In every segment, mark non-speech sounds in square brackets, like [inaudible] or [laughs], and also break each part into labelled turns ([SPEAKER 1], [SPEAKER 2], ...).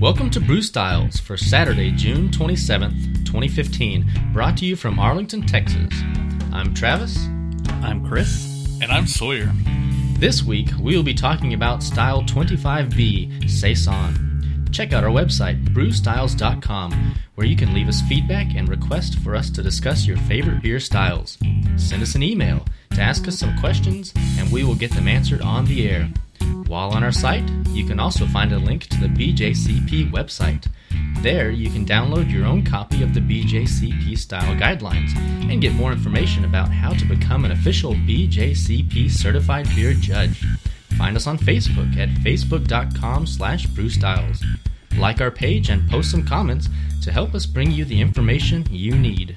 [SPEAKER 1] Welcome to Brew Styles for Saturday, June 27th, 2015, brought to you from Arlington, Texas. I'm Travis.
[SPEAKER 2] I'm Chris.
[SPEAKER 3] And I'm Sawyer.
[SPEAKER 1] This week, we will be talking about Style 25B, Saison. Check out our website, brewstyles.com, where you can leave us feedback and request for us to discuss your favorite beer styles. Send us an email to ask us some questions, and we will get them answered on the air. While on our site, you can also find a link to the BJCP website. There, you can download your own copy of the BJCP style guidelines and get more information about how to become an official BJCP certified beer judge. Find us on Facebook at facebook.com slash brewstyles. Like our page and post some comments to help us bring you the information you need.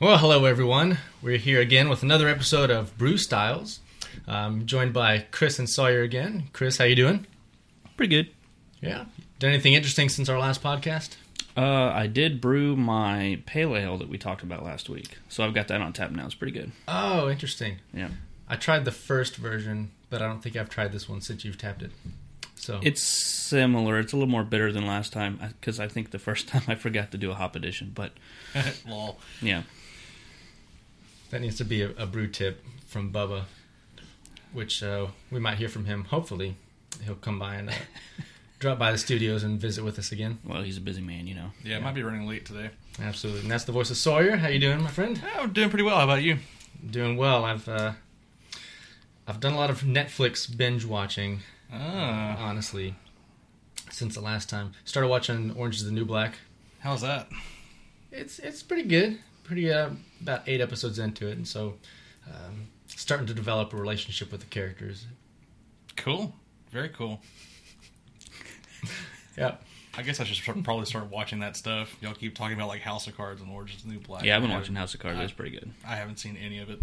[SPEAKER 1] Well, hello everyone. We're here again with another episode of Brew Styles. I'm joined by Chris and Sawyer again. Chris, how you doing?
[SPEAKER 2] Pretty good.
[SPEAKER 1] Yeah. Done anything interesting since our last podcast?
[SPEAKER 2] Uh, I did brew my pale ale that we talked about last week, so I've got that on tap now. It's pretty good.
[SPEAKER 1] Oh, interesting.
[SPEAKER 2] Yeah,
[SPEAKER 1] I tried the first version, but I don't think I've tried this one since you've tapped it. So
[SPEAKER 2] it's similar. It's a little more bitter than last time because I think the first [laughs] time I forgot to do a hop addition. But
[SPEAKER 3] [laughs] Lol.
[SPEAKER 2] yeah,
[SPEAKER 1] that needs to be a, a brew tip from Bubba, which uh, we might hear from him. Hopefully, he'll come by and uh, drop by the studios and visit with us again.
[SPEAKER 2] well, he's a busy man, you know.
[SPEAKER 3] Yeah, I might be running late today.
[SPEAKER 1] Absolutely. And that's the voice of Sawyer. How you doing, my friend?
[SPEAKER 3] Yeah, I'm doing pretty well. How about you?
[SPEAKER 1] Doing well. I've uh, I've done a lot of Netflix binge watching.
[SPEAKER 3] Ah,
[SPEAKER 1] honestly, since the last time. Started watching Orange is the New Black.
[SPEAKER 3] how's that?
[SPEAKER 1] It's it's pretty good. Pretty uh, about eight episodes into it, and so um, starting to develop a relationship with the characters.
[SPEAKER 3] Cool. Very cool.
[SPEAKER 1] Yeah,
[SPEAKER 3] I guess I should start, probably start watching that stuff. Y'all keep talking about like House of Cards and Orange is the New Black.
[SPEAKER 2] Yeah, I've been
[SPEAKER 3] I
[SPEAKER 2] watching House of Cards. It's pretty good.
[SPEAKER 3] haven't- I haven't seen any of it.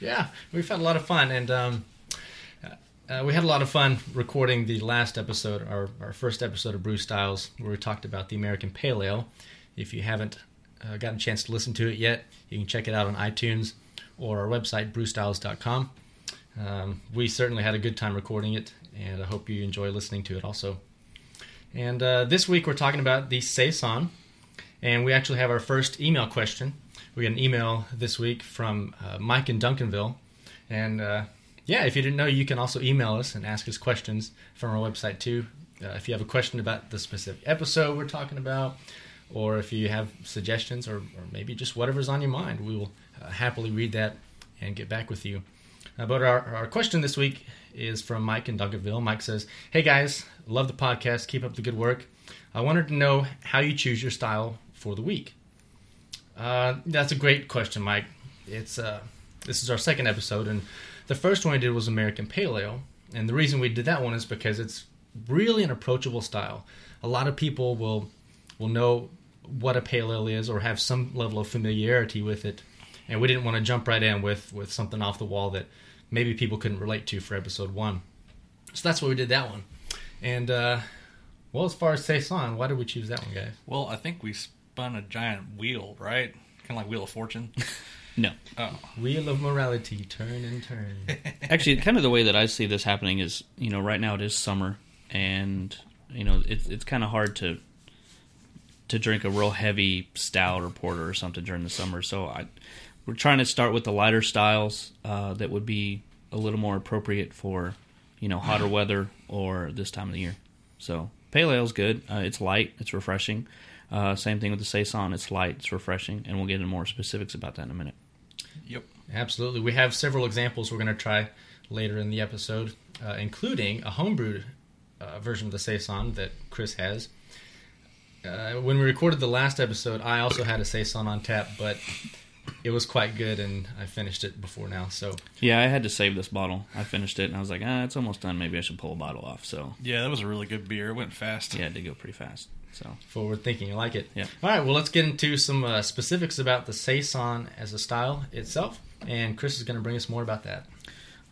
[SPEAKER 1] yeah. We've had a lot of fun, and um, uh, we had a lot of fun recording the last episode, our our first episode of Brew Styles, where we talked about the American Pale Ale. If you haven't uh, gotten a chance to listen to it yet, you can check it out on iTunes or our website, brewstyles.com. Um, we certainly had a good time recording it, and I hope you enjoy listening to it also. And uh, this week we're talking about the Saison, and we actually have our first email question. We got an email this week from uh, Mike in Duncanville. And uh, yeah, if you didn't know, you can also email us and ask us questions from our website too. Uh, if you have a question about the specific episode we're talking about, or if you have suggestions, or, or maybe just whatever's on your mind, we will uh, happily read that and get back with you. Uh, but our, our question this week is from Mike in Duncanville. Mike says, Hey guys, love the podcast. Keep up the good work. I wanted to know how you choose your style for the week. Uh, that's a great question, Mike. It's uh, this is our second episode, and the first one we did was American Pale Ale, and the reason we did that one is because it's really an approachable style. A lot of people will will know what a pale ale is or have some level of familiarity with it, and we didn't want to jump right in with with something off the wall that maybe people couldn't relate to for episode one. So that's why we did that one. And uh, well, as far as saison, why did we choose that one, guys?
[SPEAKER 3] Well, I think we spun a giant wheel, right? Kind of like Wheel
[SPEAKER 2] [laughs]
[SPEAKER 3] of Fortune.
[SPEAKER 2] No,
[SPEAKER 3] Oh,
[SPEAKER 1] Wheel of morality, turn and turn.
[SPEAKER 2] actually, kind of the way that I see this happening is, you know, right now it is summer, and you know, it's it's kind of hard to to drink a real heavy stout or porter or something during the summer. So I we're trying to start with the lighter styles uh, that would be a little more appropriate for you know hotter weather or this time of the year. So pale ale is good. Uh, it's light. It's refreshing. Uh, same thing with the saison. It's light. It's refreshing, and we'll get into more specifics about that in a minute.
[SPEAKER 3] yep.
[SPEAKER 1] Absolutely. We have several examples we're going to try later in the episode, uh, including a homebrewed uh, version of the Saison that Chris has. Uh, when we recorded the last episode, I also had a Saison on tap, but it was quite good and I finished it before now. So,
[SPEAKER 2] Yeah, I had to save this bottle. I finished it and I was like, ah, it's almost done. Maybe I should pull a bottle off. So
[SPEAKER 3] Yeah, that was a really good beer. It went fast.
[SPEAKER 2] yeah, it did go pretty fast. So
[SPEAKER 1] forward thinking. I like it.
[SPEAKER 2] Yeah.
[SPEAKER 1] All right. Well, let's get into some uh, specifics about the Saison as a style itself, and Chris is going to bring us more about that.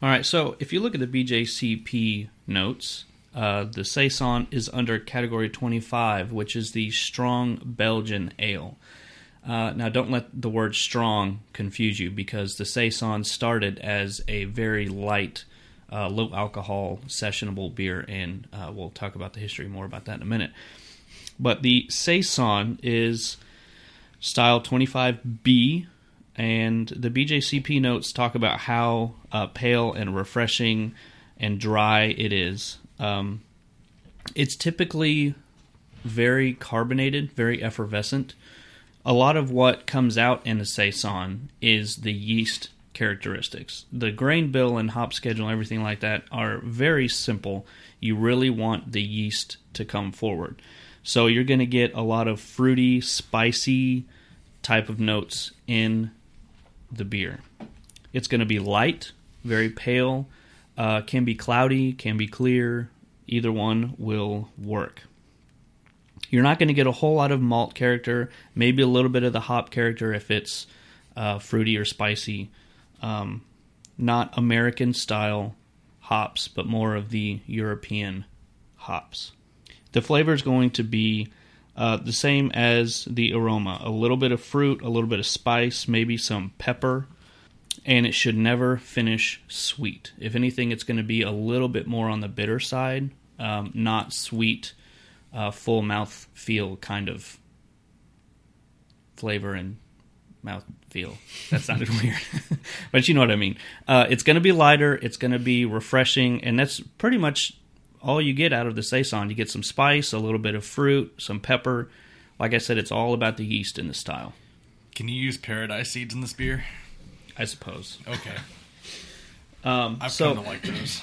[SPEAKER 2] all right. So if you look at the BJCP notes, uh, the saison is under category twenty five, which is the strong Belgian ale. Uh, now, don't let the word strong confuse you because the Saison started as a very light, uh, low alcohol, sessionable beer, and uh, we'll talk about the history more about that in a minute. But the Saison is style 25B, and the BJCP notes talk about how uh, pale and refreshing and dry it is. Um, it's typically very carbonated, very effervescent. A lot of what comes out in a saison is the yeast characteristics. The grain bill and hop schedule and everything like that are very simple. You really want the yeast to come forward. So you're going to get a lot of fruity, spicy type of notes in the beer. It's going to be light, very pale, uh, can be cloudy, can be clear. Either one will work. You're not going to get a whole lot of malt character, maybe a little bit of the hop character if it's uh, fruity or spicy. Um, not American style hops, but more of the European hops. The flavor is going to be uh, the same as the aroma a little bit of fruit, a little bit of spice, maybe some pepper, and it should never finish sweet. If anything, it's going to be a little bit more on the bitter side, um, not sweet, uh, full mouth feel kind of flavor and mouth feel. That sounded [laughs] weird, but you know what I mean. Uh, it's going to be lighter, it's going to be refreshing, and that's pretty much all you get out of the saison. You get some spice, a little bit of fruit, some pepper. Like I said, it's all about the yeast in this style,
[SPEAKER 3] Can you use paradise seeds in this beer?
[SPEAKER 2] I suppose.
[SPEAKER 3] Okay,
[SPEAKER 2] [laughs] Um,
[SPEAKER 3] I've
[SPEAKER 2] so,
[SPEAKER 3] kind of like those.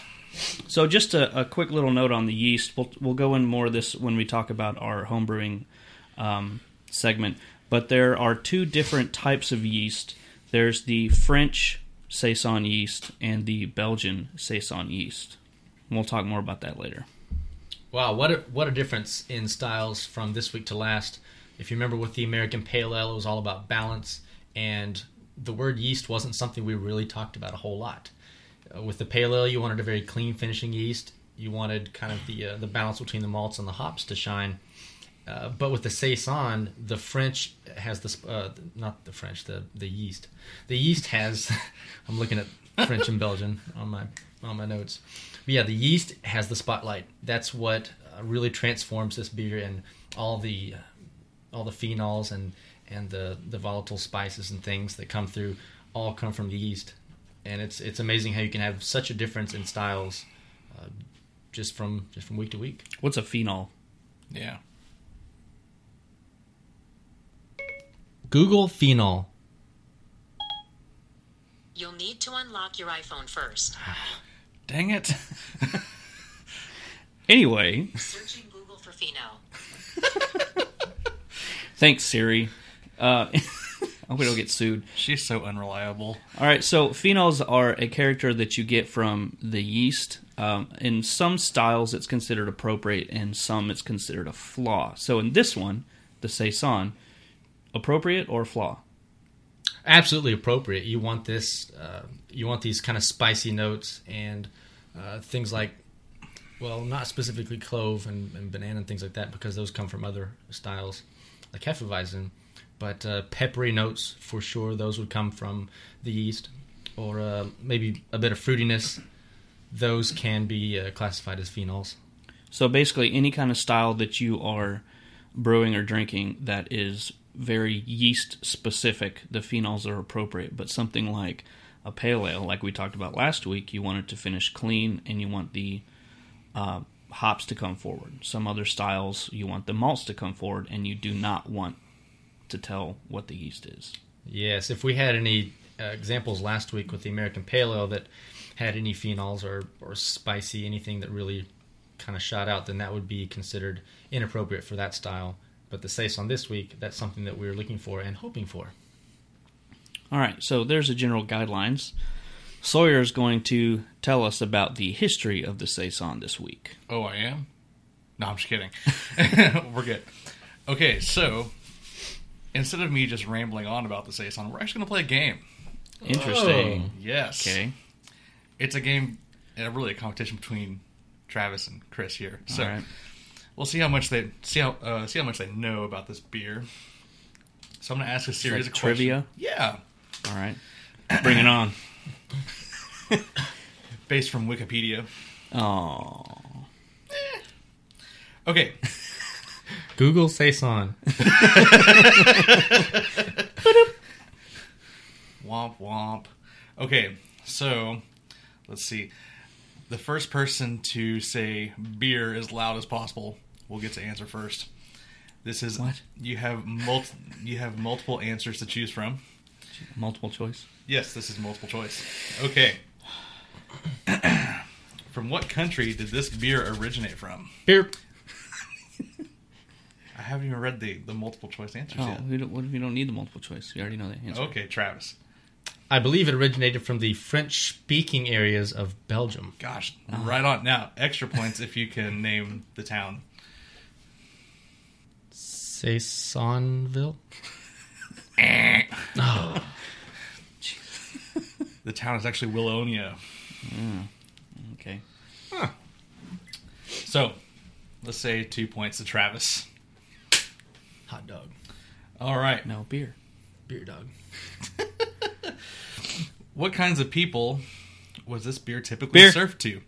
[SPEAKER 2] So just a, a quick little note on the yeast. We'll we'll go in more of this when we talk about our homebrewing um, segment. But there are two different types of yeast. There's the French saison yeast and the Belgian saison yeast. And we'll talk more about that later.
[SPEAKER 1] Wow, what a, what a difference in styles from this week to last. If you remember with the American Pale Ale, it was all about balance, and the word yeast wasn't something we really talked about a whole lot. Uh, with the Pale Ale, you wanted a very clean finishing yeast. You wanted kind of the uh, the balance between the malts and the hops to shine. Uh, but with the saison, the French has this uh, not the French the the yeast. The yeast has. [laughs] I'm looking at French and Belgian on my on my notes. But yeah, the yeast has the spotlight. That's what uh, really transforms this beer and all the uh, all the phenols and and the the volatile spices and things that come through all come from the yeast. And it's it's amazing how you can have such a difference in styles uh, just from just from week to week.
[SPEAKER 2] What's a phenol?
[SPEAKER 3] Yeah,
[SPEAKER 1] Google phenol.
[SPEAKER 4] You'll need to unlock your iPhone first.
[SPEAKER 2] [laughs]
[SPEAKER 3] dang it.
[SPEAKER 2] Anyway,
[SPEAKER 4] Searching Google for phenol.
[SPEAKER 2] thanks Siri. Uh, [laughs] I hope we don't get sued.
[SPEAKER 3] She's so unreliable.
[SPEAKER 2] All right, so phenols are a character that you get from the yeast. Um, in some styles, it's considered appropriate, and some it's considered a flaw. So in this one, the saison, appropriate or flaw?
[SPEAKER 1] absolutely appropriate. You want this, uh, you want these kind of spicy notes and uh, things like, well, not specifically clove and, and banana and things like that because those come from other styles like Hefeweizen, but uh, peppery notes for sure. Those would come from the yeast, or uh, maybe a bit of fruitiness. Those can be uh, classified as phenols.
[SPEAKER 2] So basically, any kind of style that you are brewing or drinking that is very yeast specific, the phenols are appropriate. But something like a pale ale, like we talked about last week, you want it to finish clean and you want the uh, hops to come forward. Some other styles, you want the malts to come forward and you do not want to tell what the yeast is.
[SPEAKER 1] Yes, if we had any uh, examples last week with the American Pale Ale that had any phenols or, or spicy, anything that really kind of shot out, then that would be considered inappropriate for that style. But the Saison this week, that's something that we were looking for and hoping for.
[SPEAKER 2] All right, so there's the general guidelines. Sawyer is going to tell us about the history of the Saison this week.
[SPEAKER 3] Oh, I am? No, I'm just kidding. [laughs] we're good. Okay, so instead of me just rambling on about the Saison, we're actually going to play a game.
[SPEAKER 2] Interesting.
[SPEAKER 3] Yes.
[SPEAKER 2] Okay.
[SPEAKER 3] It's a game, uh, really a competition between Travis and Chris here. So
[SPEAKER 2] All right.
[SPEAKER 3] we'll see how much they see how uh, see how much they know about this beer. So I'm going to ask a series
[SPEAKER 2] Like
[SPEAKER 3] of questions.
[SPEAKER 2] trivia.
[SPEAKER 3] Yeah,
[SPEAKER 2] All right, bring it on.
[SPEAKER 3] based from Wikipedia.
[SPEAKER 2] [clears throat] Oh,
[SPEAKER 3] Okay,
[SPEAKER 1] Google Saison.
[SPEAKER 3] womp womp. Okay, so let's see. The first person to say beer as loud as possible will get to answer first. This is
[SPEAKER 2] What?
[SPEAKER 3] you have mul- you have multiple answers to choose from.
[SPEAKER 2] multiple choice.
[SPEAKER 3] Yes, this is multiple choice. Okay. [clears throat] from what country did this beer originate from?
[SPEAKER 1] Beer.
[SPEAKER 3] I haven't even read the, the multiple choice answers
[SPEAKER 2] Oh, we don't, we don't need the multiple choice. We already know the
[SPEAKER 3] yet.
[SPEAKER 2] answer.
[SPEAKER 3] Okay, Travis.
[SPEAKER 1] I believe it originated from the French speaking areas of Belgium.
[SPEAKER 3] Gosh, right on. Now, extra points if you can name the town.
[SPEAKER 1] Saisonville?
[SPEAKER 3] The town is actually Willonia.
[SPEAKER 2] Okay.
[SPEAKER 3] So, let's say two points to Travis.
[SPEAKER 1] Hot dog.
[SPEAKER 3] All right.
[SPEAKER 2] No beer.
[SPEAKER 1] Beer dog.
[SPEAKER 3] What kinds of people was this beer typically
[SPEAKER 2] Beer.
[SPEAKER 3] served to?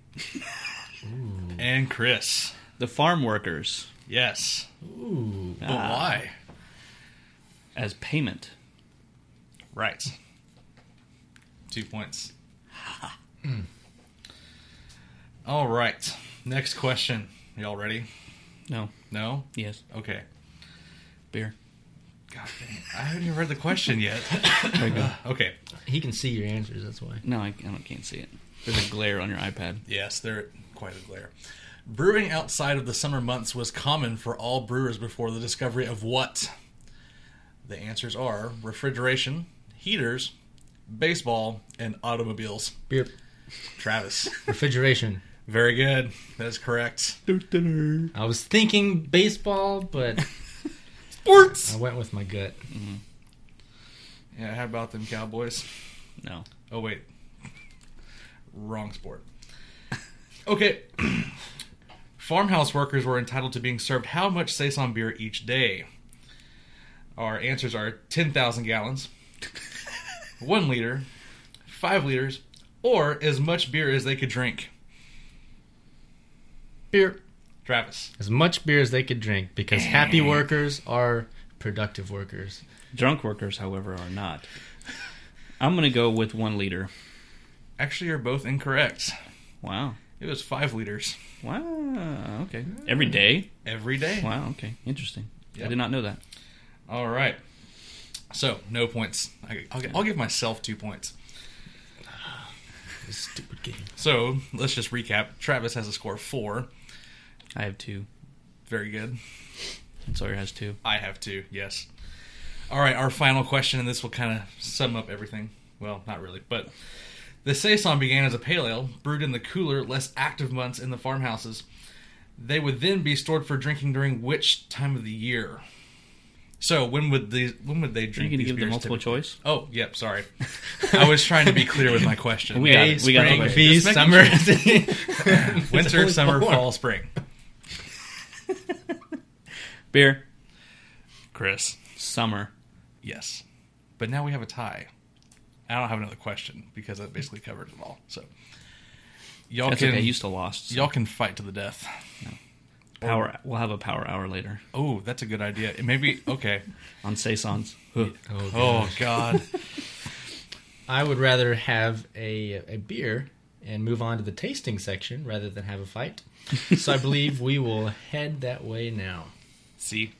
[SPEAKER 3] And Chris.
[SPEAKER 2] The farm workers
[SPEAKER 3] Yes.
[SPEAKER 1] Ooh.
[SPEAKER 3] But
[SPEAKER 2] Ah.
[SPEAKER 3] why?
[SPEAKER 2] as payment.
[SPEAKER 3] Right. Two points. All right. Next question. Y'all ready?
[SPEAKER 2] No.
[SPEAKER 3] No?
[SPEAKER 2] Yes.
[SPEAKER 3] Okay.
[SPEAKER 2] Beer.
[SPEAKER 3] God dang it. I haven't even read the question yet. [laughs] okay.
[SPEAKER 1] He can see your answers, that's why.
[SPEAKER 2] No, I, I don't- can't see it. There's a glare on your iPad.
[SPEAKER 3] Yes, they're quite a glare. Brewing outside of the summer months was common for all brewers before the discovery of what? The answers are refrigeration, heaters, baseball, and automobiles.
[SPEAKER 1] Beer.
[SPEAKER 3] Travis.
[SPEAKER 1] Refrigeration.
[SPEAKER 3] Very good. That is correct.
[SPEAKER 1] I was thinking baseball, but
[SPEAKER 3] Sports!
[SPEAKER 1] I went with my gut.
[SPEAKER 3] Yeah, how about them Cowboys?
[SPEAKER 2] No.
[SPEAKER 3] Oh wait, wrong sport. Okay, [clears throat] farmhouse workers were entitled to being served how much saison beer each day? Our answers are ten thousand gallons, one liter, five liters, or as much beer as they could drink.
[SPEAKER 1] Beer.
[SPEAKER 3] Travis,
[SPEAKER 1] As much beer as they could drink because happy workers are productive workers.
[SPEAKER 2] Drunk workers, however, are not. I'm gonna go with one liter.
[SPEAKER 3] actually, you're both incorrect.
[SPEAKER 2] Wow.
[SPEAKER 3] It was five liters
[SPEAKER 2] Wow. Okay. Every day.
[SPEAKER 3] every day.
[SPEAKER 2] Wow. Okay. Interesting. I
[SPEAKER 3] Yep.
[SPEAKER 2] did not know that.
[SPEAKER 3] All right. So no points. I- I'll, I'll give myself two points.
[SPEAKER 1] This stupid game.
[SPEAKER 3] So let's just recap. Travis has a score of four.
[SPEAKER 2] I have two.
[SPEAKER 3] Very good.
[SPEAKER 2] And Sawyer has two.
[SPEAKER 3] I have two, yes. All right, our final question, and this will kind of sum up everything. Well, not really, but the Saison began as a pale ale brewed in the cooler, less active months in the farmhouses. They would then be stored for drinking during which time of the year? So when would the when would they
[SPEAKER 2] Are you
[SPEAKER 3] drink?
[SPEAKER 2] gonna
[SPEAKER 3] these
[SPEAKER 2] give the
[SPEAKER 3] beers
[SPEAKER 2] multiple
[SPEAKER 3] typically?
[SPEAKER 2] choice?
[SPEAKER 3] Oh, yep. Sorry, I was trying to be clear with my
[SPEAKER 2] [laughs]
[SPEAKER 3] question.
[SPEAKER 2] We got it. We got
[SPEAKER 1] spring,
[SPEAKER 2] it.
[SPEAKER 1] B,
[SPEAKER 3] Just making
[SPEAKER 1] summer. It's
[SPEAKER 3] Winter,
[SPEAKER 1] only
[SPEAKER 3] summer,
[SPEAKER 1] four.
[SPEAKER 3] fall, spring.
[SPEAKER 2] [laughs] Beer.
[SPEAKER 3] Chris.
[SPEAKER 2] Summer.
[SPEAKER 3] Yes. But now we have a tie. I don't have another question because that basically covered it all. So y'all
[SPEAKER 2] That's
[SPEAKER 3] can
[SPEAKER 2] okay. You still lost. so
[SPEAKER 3] y'all can fight to the death.
[SPEAKER 2] power. We'll have a power hour later
[SPEAKER 3] Oh, that's a good idea. It Maybe okay.
[SPEAKER 2] on saisons. Ugh.
[SPEAKER 1] [laughs] Oh,
[SPEAKER 2] [laughs]
[SPEAKER 3] Oh God.
[SPEAKER 1] I would rather have a, a beer and move on to the tasting section rather than have a fight. so I believe we will head that way now.
[SPEAKER 3] See,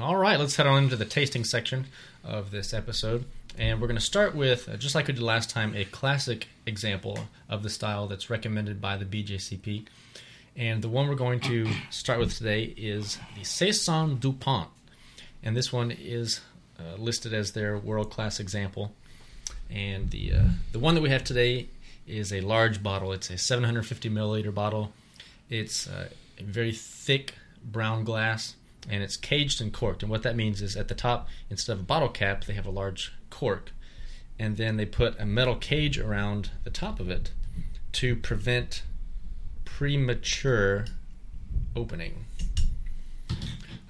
[SPEAKER 1] All right, let's head on into the tasting section of this episode. And we're going to start with, uh, just like we did last time, a classic example of the style that's recommended by the BJCP. And the one we're going to start with today is the Saison Dupont. And this one is uh, listed as their world class example. And the, uh, the one that we have today is a large bottle, it's a 750 milliliter bottle. It's uh, a very thick brown glass, and it's caged and corked. And what that means is at the top, instead of a bottle cap, they have a large cork, and then they put a metal cage around the top of it to prevent premature opening.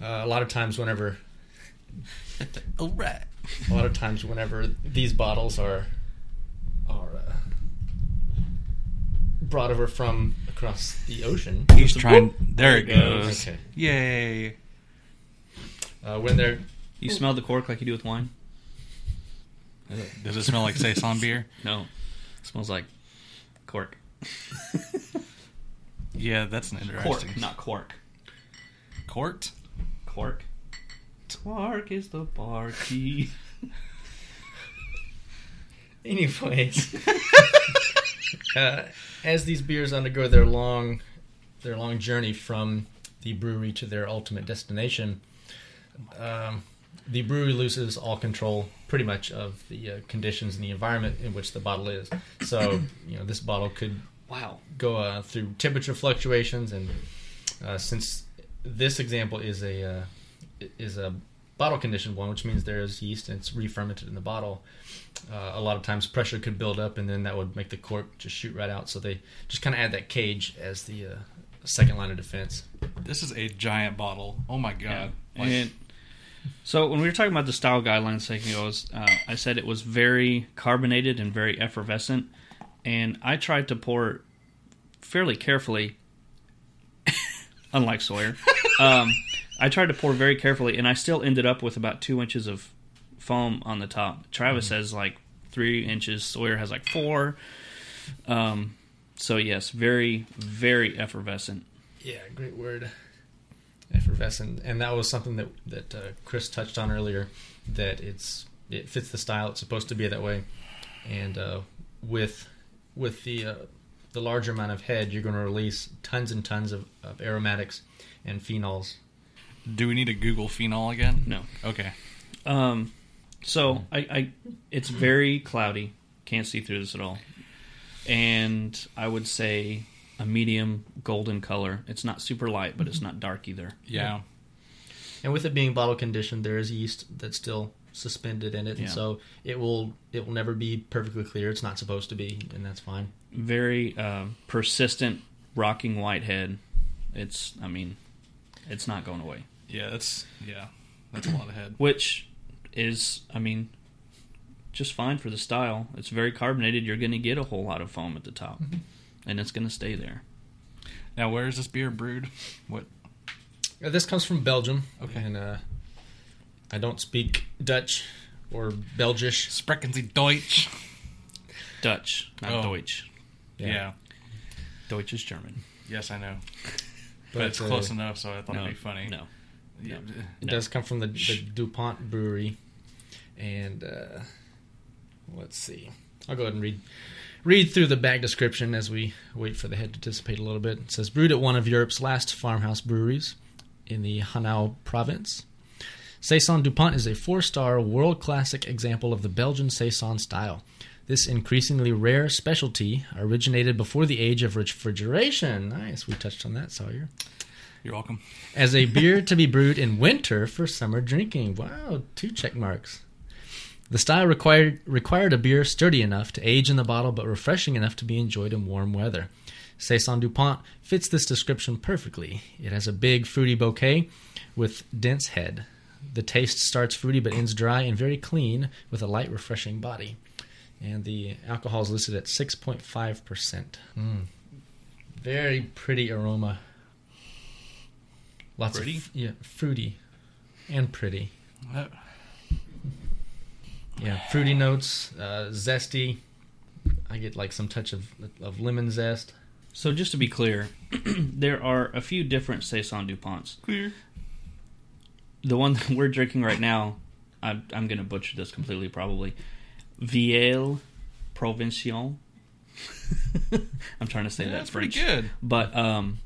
[SPEAKER 1] Uh, a lot of times, whenever
[SPEAKER 3] All right.
[SPEAKER 1] A lot of times, whenever these bottles are are uh, brought over from across the ocean,
[SPEAKER 3] He's trying. There it goes.
[SPEAKER 1] okay,
[SPEAKER 3] Yay.
[SPEAKER 1] uh, when they're
[SPEAKER 2] You smell the cork like you do with wine?
[SPEAKER 3] Does it smell like saison beer?
[SPEAKER 2] No. It smells like cork.
[SPEAKER 3] Yeah, that's an interesting.
[SPEAKER 2] Cork, not quark.
[SPEAKER 3] Court?
[SPEAKER 2] Quark. Quark is the bar key.
[SPEAKER 1] anyways, uh, as these beers undergo their long their long journey from the brewery to their ultimate destination, um, the brewery loses all control pretty much of the uh, conditions and the environment in which the bottle is. So you know this bottle could
[SPEAKER 2] Wow.
[SPEAKER 1] go uh, through temperature fluctuations and uh, since this example is a uh, is a bottle conditioned one which means there is yeast and it's re-fermented in the bottle uh, a lot of times pressure could build up and then that would make the cork just shoot right out so they just kind of add that cage as the uh, second line of defense
[SPEAKER 3] This is a giant bottle. Oh my god. Like,
[SPEAKER 2] And so when we were talking about the style guidelines a second ago, I, was, uh, I said it was very carbonated and very effervescent, and I tried to pour fairly carefully, [laughs] unlike Sawyer. um, I tried to pour very carefully, and I still ended up with about two inches of foam on the top. Travis
[SPEAKER 3] Mm-hmm.
[SPEAKER 2] has like three inches. Sawyer has like four. Um, so yes, very very effervescent.
[SPEAKER 1] yeah great word effervescent and that was something that that uh, chris touched on earlier that it's it fits the style it's supposed to be that way and uh, with with the uh, the larger amount of head you're going to release tons and tons of, of aromatics and phenols
[SPEAKER 3] do we need to Google phenol again?
[SPEAKER 2] No.
[SPEAKER 3] Okay.
[SPEAKER 2] Um, so I, I, it's very cloudy. Can't see through this at all. And I would say a medium golden color. It's not super light, but it's not dark either.
[SPEAKER 3] Yeah.
[SPEAKER 1] and with it being bottle conditioned there is yeast that's still suspended in it
[SPEAKER 2] Yeah.
[SPEAKER 1] and so it will it will never be perfectly clear it's not supposed to be and that's fine
[SPEAKER 2] Very uh, persistent, rocking white head. It's, I mean, it's not going away.
[SPEAKER 3] Yeah, that's yeah. That's a lot of head.
[SPEAKER 2] Which is, I mean, just fine for the style. It's very carbonated. You're going to get a whole lot of foam at the top, and it's going to stay there.
[SPEAKER 3] Now where is this beer brewed? What
[SPEAKER 1] Uh, This comes from Belgium.
[SPEAKER 3] Okay.
[SPEAKER 1] And uh, I don't speak Dutch or Belgish.
[SPEAKER 3] Sprechen Sie Deutsch.
[SPEAKER 2] Dutch, not
[SPEAKER 3] Oh.
[SPEAKER 2] Deutsch.
[SPEAKER 3] Yeah.
[SPEAKER 2] Deutsch is German.
[SPEAKER 3] Yes, I know. But, it's
[SPEAKER 1] uh,
[SPEAKER 3] close enough so I thought
[SPEAKER 2] No,
[SPEAKER 3] it'd be funny.
[SPEAKER 2] No.
[SPEAKER 3] Yeah.
[SPEAKER 1] It does come from the, the DuPont Brewery. And uh, let's see. I'll go ahead and read. Read through the bag description as we wait for the head to dissipate a little bit. It says brewed at one of Europe's last farmhouse breweries in the Hanau province. Saison DuPont is a four star world classic example of the Belgian Saison style. This increasingly rare specialty originated before the age of refrigeration. Nice, we touched on that, Sawyer.
[SPEAKER 3] You're welcome.
[SPEAKER 1] As a beer to be brewed in winter for summer drinking. Wow, two check marks. The style required required a beer sturdy enough to age in the bottle but refreshing enough to be enjoyed in warm weather. Saison DuPont fits this description perfectly. It has a big fruity bouquet with dense head. The taste starts fruity but ends dry and very clean with a light refreshing body. And the alcohol is listed at 6.5%. Mm. Very pretty aroma. Lots
[SPEAKER 2] Pretty?
[SPEAKER 1] of f- yeah, fruity and pretty.
[SPEAKER 3] Uh,
[SPEAKER 1] Yeah, fruity notes, uh, zesty. I get like some touch of of lemon zest.
[SPEAKER 2] So just to be clear, [clears throat] there are a few different Saison DuPonts.
[SPEAKER 3] Clear.
[SPEAKER 2] The one that [laughs] we're drinking right now, I'm, I'm going to butcher this completely probably. Vielle Provincial. [laughs] I'm trying to say
[SPEAKER 3] Yeah,
[SPEAKER 2] that
[SPEAKER 3] that's
[SPEAKER 2] French.
[SPEAKER 3] pretty good.
[SPEAKER 2] But um,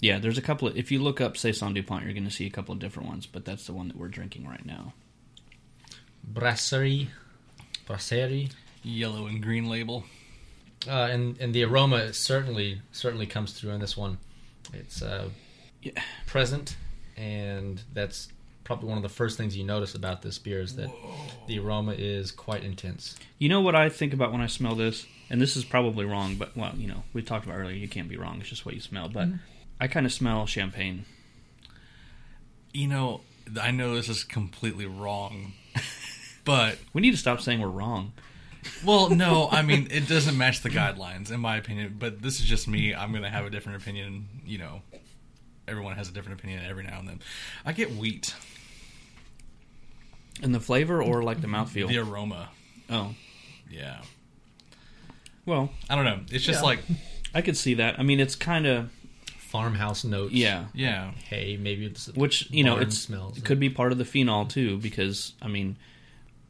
[SPEAKER 2] yeah, there's a couple of. If you look up Saison DuPont, you're going to see a couple of different ones, but that's the one that we're drinking right now.
[SPEAKER 1] Brasserie, brasserie,
[SPEAKER 3] Yellow and green label.
[SPEAKER 1] uh, and and the aroma certainly certainly comes through in this one. It's uh,
[SPEAKER 2] Yeah.
[SPEAKER 1] present, and that's probably one of the first things you notice about this beer is that the aroma is quite intense.
[SPEAKER 2] You know what I think about when I smell this, and this is probably wrong, but well, you know, we talked about earlier. You can't be
[SPEAKER 3] Mm-hmm.
[SPEAKER 2] wrong; it's just what you smell. But I kind of smell champagne.
[SPEAKER 3] You know, I know this is completely wrong, but
[SPEAKER 2] We need to stop saying we're wrong.
[SPEAKER 3] well, no, I mean it doesn't match the guidelines in my opinion. But this is just me. I'm gonna have a different opinion. You know, everyone has a different opinion every now and then. I get wheat,
[SPEAKER 2] In the flavor or like the mouthfeel?
[SPEAKER 3] the aroma.
[SPEAKER 2] Oh,
[SPEAKER 3] Yeah,
[SPEAKER 2] well,
[SPEAKER 3] I don't know. It's just
[SPEAKER 1] Yeah.
[SPEAKER 3] like
[SPEAKER 2] I could see that. I mean, it's kind of
[SPEAKER 1] Farmhouse notes.
[SPEAKER 2] yeah.
[SPEAKER 3] yeah,
[SPEAKER 1] Hey, maybe it's
[SPEAKER 2] Which you know,
[SPEAKER 1] barn
[SPEAKER 2] it's
[SPEAKER 1] smells.
[SPEAKER 2] it could be part of the phenol too, because I mean,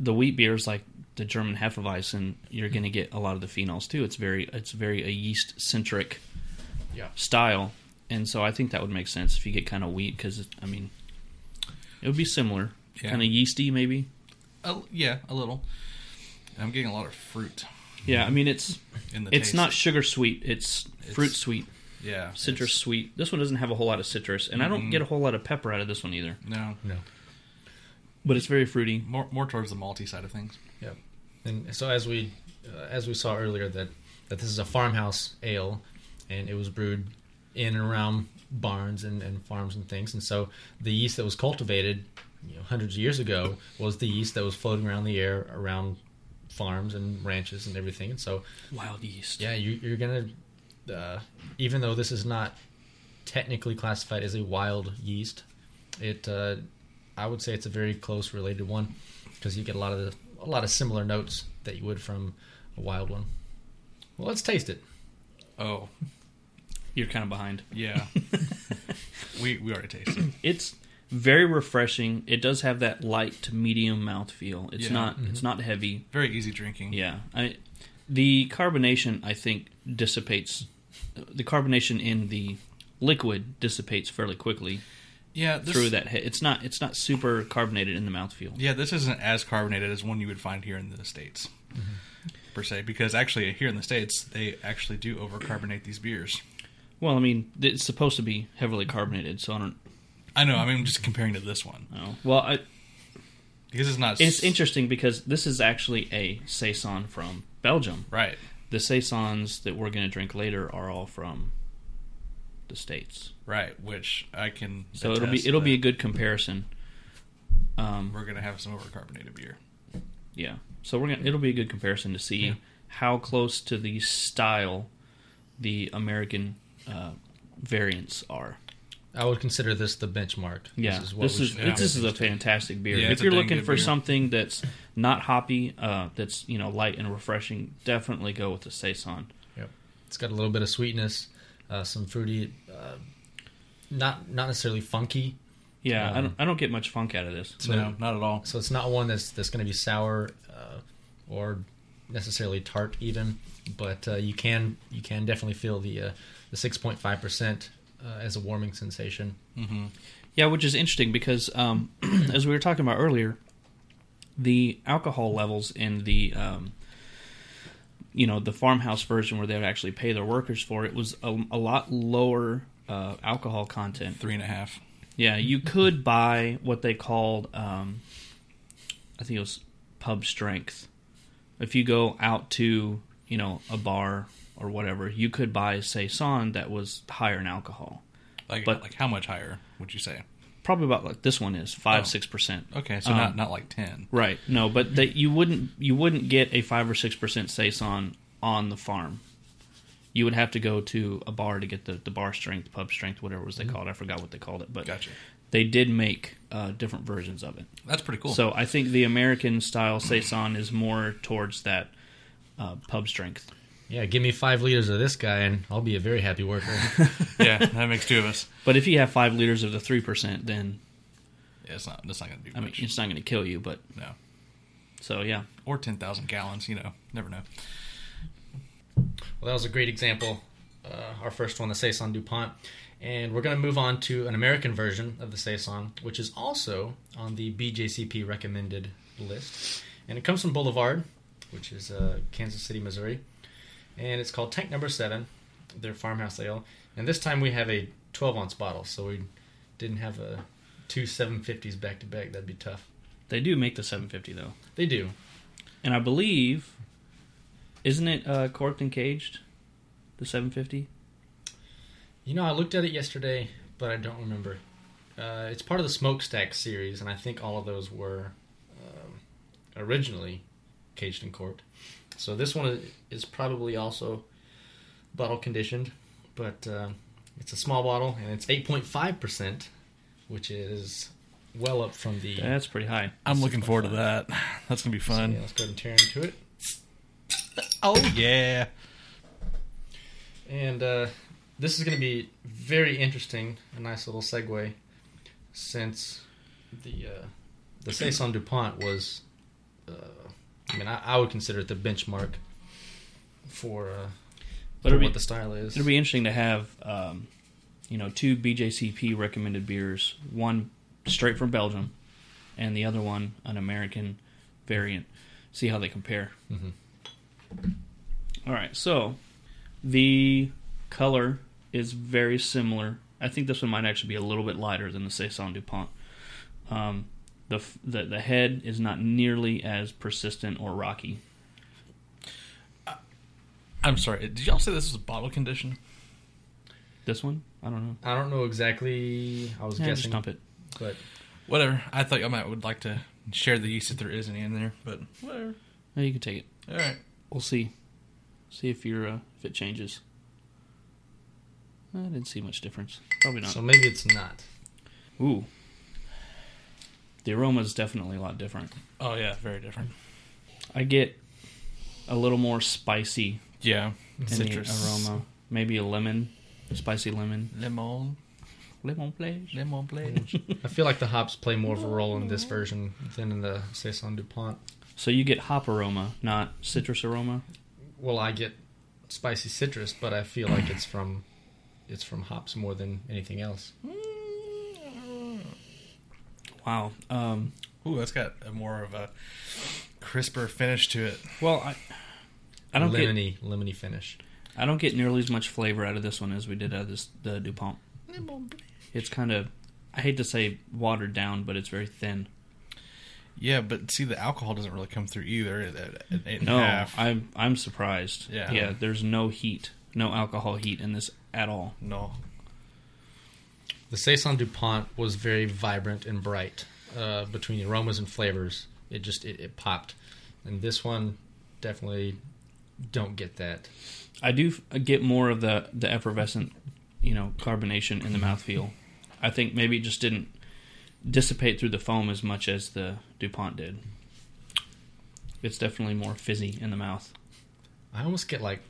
[SPEAKER 2] the wheat beers like the German Hefeweizen, you're going to get a lot of the phenols too. It's very it's very a yeast centric
[SPEAKER 1] Yeah.
[SPEAKER 2] style, and so I think that would make sense if you get kind of wheat because I mean, it would be similar,
[SPEAKER 3] Yeah.
[SPEAKER 2] kind of yeasty maybe.
[SPEAKER 3] a, yeah, a little. I'm getting a lot of fruit
[SPEAKER 2] Yeah, I mean it's
[SPEAKER 3] in the.
[SPEAKER 2] it's
[SPEAKER 3] taste.
[SPEAKER 2] not sugar sweet, it's, fruit
[SPEAKER 3] It's-
[SPEAKER 2] sweet,
[SPEAKER 3] yeah
[SPEAKER 2] citrus
[SPEAKER 3] it's-
[SPEAKER 2] sweet. This one doesn't have a whole lot of citrus, and I
[SPEAKER 3] Mm-hmm.
[SPEAKER 2] don't get a whole lot of pepper out of this one either.
[SPEAKER 3] No,
[SPEAKER 1] no.
[SPEAKER 2] But it's very fruity.
[SPEAKER 3] more more towards the malty side of things.
[SPEAKER 1] Yeah. And so as we uh, as we saw earlier that that this is a farmhouse ale and it was brewed in and around barns and, and farms and things and so the yeast that was cultivated you know, hundreds of years ago was the yeast that was floating around the air around farms and ranches and everything and so
[SPEAKER 2] Wild yeast.
[SPEAKER 1] yeah you, you're gonna uh, even though this is not technically classified as a wild yeast it uh, i would say it's a very close related one because you get a lot of the, a lot of similar notes that you would from a wild one well let's taste it
[SPEAKER 3] Oh
[SPEAKER 2] You're kind of behind. [laughs]
[SPEAKER 3] yeah, we we already tasted. it.
[SPEAKER 2] It's very refreshing. It does have that light to medium mouthfeel. It's
[SPEAKER 3] Yeah. Mm-hmm.
[SPEAKER 2] not it's not heavy.
[SPEAKER 3] Very easy drinking.
[SPEAKER 2] Yeah. I the carbonation I think dissipates the carbonation in the liquid dissipates fairly quickly
[SPEAKER 3] yeah. This,
[SPEAKER 2] through that he- it's not it's not super carbonated in the mouthfeel.
[SPEAKER 3] Yeah, this isn't as carbonated as one you would find here in the states,
[SPEAKER 2] Mm-hmm.
[SPEAKER 3] per se. Because actually, here in the states, they actually do overcarbonate these beers.
[SPEAKER 2] Well, I mean, it's supposed to be heavily carbonated, so I don't
[SPEAKER 3] I know. I mean, I'm just comparing to this one
[SPEAKER 2] know. Well, I,
[SPEAKER 3] because it's not.
[SPEAKER 2] it's interesting because this is actually a saison from Belgium.
[SPEAKER 3] right?
[SPEAKER 2] The saisons that we're going to drink later are all from the states.
[SPEAKER 3] Right, which I can.
[SPEAKER 2] So it'll be
[SPEAKER 3] attest
[SPEAKER 2] it'll be a
[SPEAKER 3] that
[SPEAKER 2] good comparison. Um,
[SPEAKER 3] We're gonna have some overcarbonated beer.
[SPEAKER 2] yeah. So we're gonna it'll be a good comparison to see how close to the style the American uh, variants are.
[SPEAKER 1] i would consider this the benchmark
[SPEAKER 2] Yeah,
[SPEAKER 1] this is what
[SPEAKER 2] this
[SPEAKER 1] we
[SPEAKER 2] is
[SPEAKER 1] should
[SPEAKER 3] yeah.
[SPEAKER 2] this is a fantastic beer.
[SPEAKER 3] Yeah,
[SPEAKER 2] if
[SPEAKER 3] it's a
[SPEAKER 2] you're
[SPEAKER 3] dang
[SPEAKER 2] looking
[SPEAKER 3] good
[SPEAKER 2] for
[SPEAKER 3] beer.
[SPEAKER 2] something that's not hoppy, uh, that's you know light and refreshing, definitely go with the saison.
[SPEAKER 1] Yep. It's got a little bit of sweetness, uh, some fruity, uh, not not necessarily funky.
[SPEAKER 2] Yeah, I
[SPEAKER 1] Um,
[SPEAKER 2] don't I don't get much funk out of this.
[SPEAKER 1] So,
[SPEAKER 3] no, not at all.
[SPEAKER 1] so it's not one that's that's going to be sour uh, or necessarily tart even, but uh, you can you can definitely feel the uh, the six point five percent uh, as a warming sensation.
[SPEAKER 2] Yeah, which is interesting because um, [clears throat] as we were talking about earlier, the alcohol levels in the um, you know the farmhouse version where they would actually pay their workers for it was a, a lot lower uh, alcohol content.
[SPEAKER 3] Three and a half.
[SPEAKER 2] Yeah, you could buy what they called um, I think it was pub strength. If you go out to you know a bar or whatever, you could buy a saison that was higher in alcohol.
[SPEAKER 3] Like,
[SPEAKER 2] But-
[SPEAKER 3] like how much higher would you say?
[SPEAKER 2] Probably about like this one is
[SPEAKER 3] Oh.
[SPEAKER 2] five six percent.
[SPEAKER 3] Okay, so not not like ten.
[SPEAKER 2] Right. No, but that you wouldn't you wouldn't get a five or six percent saison on the farm. You would have to go to a bar to get the, the bar strength, pub strength, whatever it was they called. I forgot what they called it, but
[SPEAKER 3] Mm-hmm. Gotcha.
[SPEAKER 2] they did make uh, different versions of it.
[SPEAKER 3] That's pretty cool.
[SPEAKER 2] So I think the American style saison is more towards that uh, pub strength.
[SPEAKER 1] Yeah, give me five liters of this guy, and I'll be a very happy worker.
[SPEAKER 3] [laughs] yeah, that makes two of us.
[SPEAKER 2] But if you have five liters of the three percent, then
[SPEAKER 3] Yeah, it's not. That's not gonna be
[SPEAKER 2] I mean
[SPEAKER 3] much.
[SPEAKER 2] it's not going to kill you. But
[SPEAKER 3] no,
[SPEAKER 2] so yeah,
[SPEAKER 3] or ten thousand gallons. You know, never know.
[SPEAKER 1] Well, that was a great example. Uh, our first one, the Saison DuPont. And we're going to move on to an American version of the Saison, which is also on the BJCP recommended list. And it comes from Boulevard, which is uh, Kansas City, Missouri. And it's called Tank Number 7, their farmhouse ale. And this time we have a 12 ounce bottle, so we didn't have a two 750s back to back. That'd be tough.
[SPEAKER 2] they do make the seven fifty though,
[SPEAKER 1] They do.
[SPEAKER 2] and I believe isn't it uh, corked and caged? The seven fifty.
[SPEAKER 1] You know, I looked at it yesterday, but I don't remember. Uh, it's part of the Smokestack series, and I think all of those were um, originally caged and corked. So this one is probably also bottle conditioned, but uh, it's a small bottle and it's 8.5%, which is well up from the.
[SPEAKER 2] That's pretty high.
[SPEAKER 3] I'm looking forward to that. [laughs] That's gonna be
[SPEAKER 1] So, yeah,
[SPEAKER 3] fun.
[SPEAKER 1] let's go ahead and tear into it.
[SPEAKER 3] Oh yeah.
[SPEAKER 1] And uh, this is going to be very interesting. A nice little segue, since the uh, the Saison Dupont was, uh, I mean, I, I would consider it the benchmark for, uh, for
[SPEAKER 2] But it'll be-
[SPEAKER 1] what the style is.
[SPEAKER 2] It'll be interesting to have, um, you know, two BJCP recommended beers, one straight from Belgium, and the other one an American variant. See how they compare.
[SPEAKER 1] Mhm.
[SPEAKER 2] All right, so the color is very similar. I think this one might actually be a little bit lighter than the Saison Dupont. Um, the, f- the the head is not nearly as persistent or rocky.
[SPEAKER 3] I'm sorry. Did y'all say this was bottle condition?
[SPEAKER 2] This one, I don't know.
[SPEAKER 1] I don't know exactly. I was
[SPEAKER 2] Yeah, just
[SPEAKER 1] guessing,
[SPEAKER 2] dump it.
[SPEAKER 1] but
[SPEAKER 3] Whatever. I thought y'all might would like to share the yeast if there is any in there, but whatever.
[SPEAKER 2] No, you can take it.
[SPEAKER 3] All right.
[SPEAKER 2] We'll see. See if you're uh, if it changes. I didn't see much difference. Probably not.
[SPEAKER 1] so maybe it's not.
[SPEAKER 2] Ooh. The aroma is definitely a lot different.
[SPEAKER 3] Oh yeah, very different.
[SPEAKER 2] I get a little more spicy
[SPEAKER 3] Yeah.
[SPEAKER 2] in the aroma. Maybe a lemon, spicy lemon.
[SPEAKER 3] Lemon,
[SPEAKER 2] Lemon, please.
[SPEAKER 3] lemon blade.
[SPEAKER 1] I feel like the hops play more of a role in this version than in the Saison Dupont.
[SPEAKER 2] So you get hop aroma, not citrus aroma.
[SPEAKER 1] Well, I get spicy citrus, but I feel like it's from it's from hops more than anything else.
[SPEAKER 2] Wow. Um,
[SPEAKER 3] Ooh, that's got a more of a crisper finish to it.
[SPEAKER 2] well, I I don't get
[SPEAKER 1] lemony, lemony finish.
[SPEAKER 2] I don't get nearly as much flavor out of this one as we did out of this the Dupont. It's kind of I hate to say watered down, but it's very thin.
[SPEAKER 3] Yeah, but see, the alcohol doesn't really come through either. At, at eight and
[SPEAKER 2] No,
[SPEAKER 3] a half.
[SPEAKER 2] I'm I'm surprised.
[SPEAKER 3] Yeah.
[SPEAKER 2] yeah. There's no heat, no alcohol heat in this at all.
[SPEAKER 3] no.
[SPEAKER 1] The Saison Dupont was very vibrant and bright uh, between the aromas and flavors. It just it, it popped, and this one definitely don't get that.
[SPEAKER 2] I do f- get more of the the effervescent, you know, carbonation in the mouthfeel. I think maybe it just didn't dissipate through the foam as much as the Dupont did. It's definitely more fizzy in the mouth.
[SPEAKER 1] I almost get like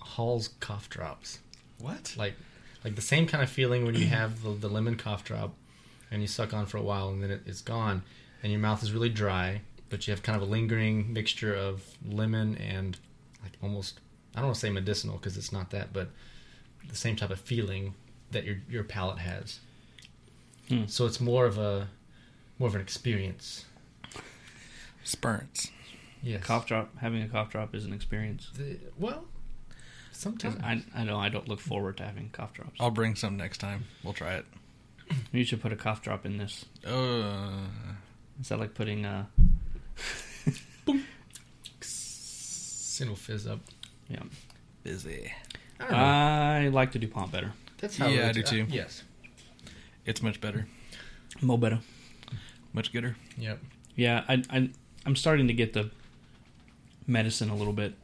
[SPEAKER 1] Hall's cough drops,
[SPEAKER 3] What?
[SPEAKER 1] like like the same kind of feeling when you have the, the lemon cough drop, and you suck on for a while, and then it, it's gone, and your mouth is really dry, but you have kind of a lingering mixture of lemon and like almost I don't want to say medicinal because it's not that, but the same type of feeling that your your palate has.
[SPEAKER 2] Hmm.
[SPEAKER 1] So it's more of a more of an experience.
[SPEAKER 3] Spurns.
[SPEAKER 1] Yes.
[SPEAKER 2] Cough drop, having a cough drop is an experience.
[SPEAKER 1] The- well,
[SPEAKER 2] 'Cause
[SPEAKER 1] sometimes
[SPEAKER 2] I, I know I don't look forward to having cough drops.
[SPEAKER 3] I'll bring some next time. We'll try it.
[SPEAKER 2] You should put a cough drop in this.
[SPEAKER 3] Uh,
[SPEAKER 2] Is that like putting uh
[SPEAKER 1] it'll fizz up.
[SPEAKER 2] yeah?
[SPEAKER 3] busy.
[SPEAKER 1] I don't know.
[SPEAKER 2] I like the Dupont better.
[SPEAKER 1] That's how.
[SPEAKER 3] Uh, yeah,
[SPEAKER 1] it-
[SPEAKER 3] I do too.
[SPEAKER 1] uh, yes.
[SPEAKER 3] It's much better.
[SPEAKER 2] Mo better.
[SPEAKER 3] Much gooder.
[SPEAKER 1] Yep.
[SPEAKER 2] Yeah, I, I I'm starting to get the medicine a little bit.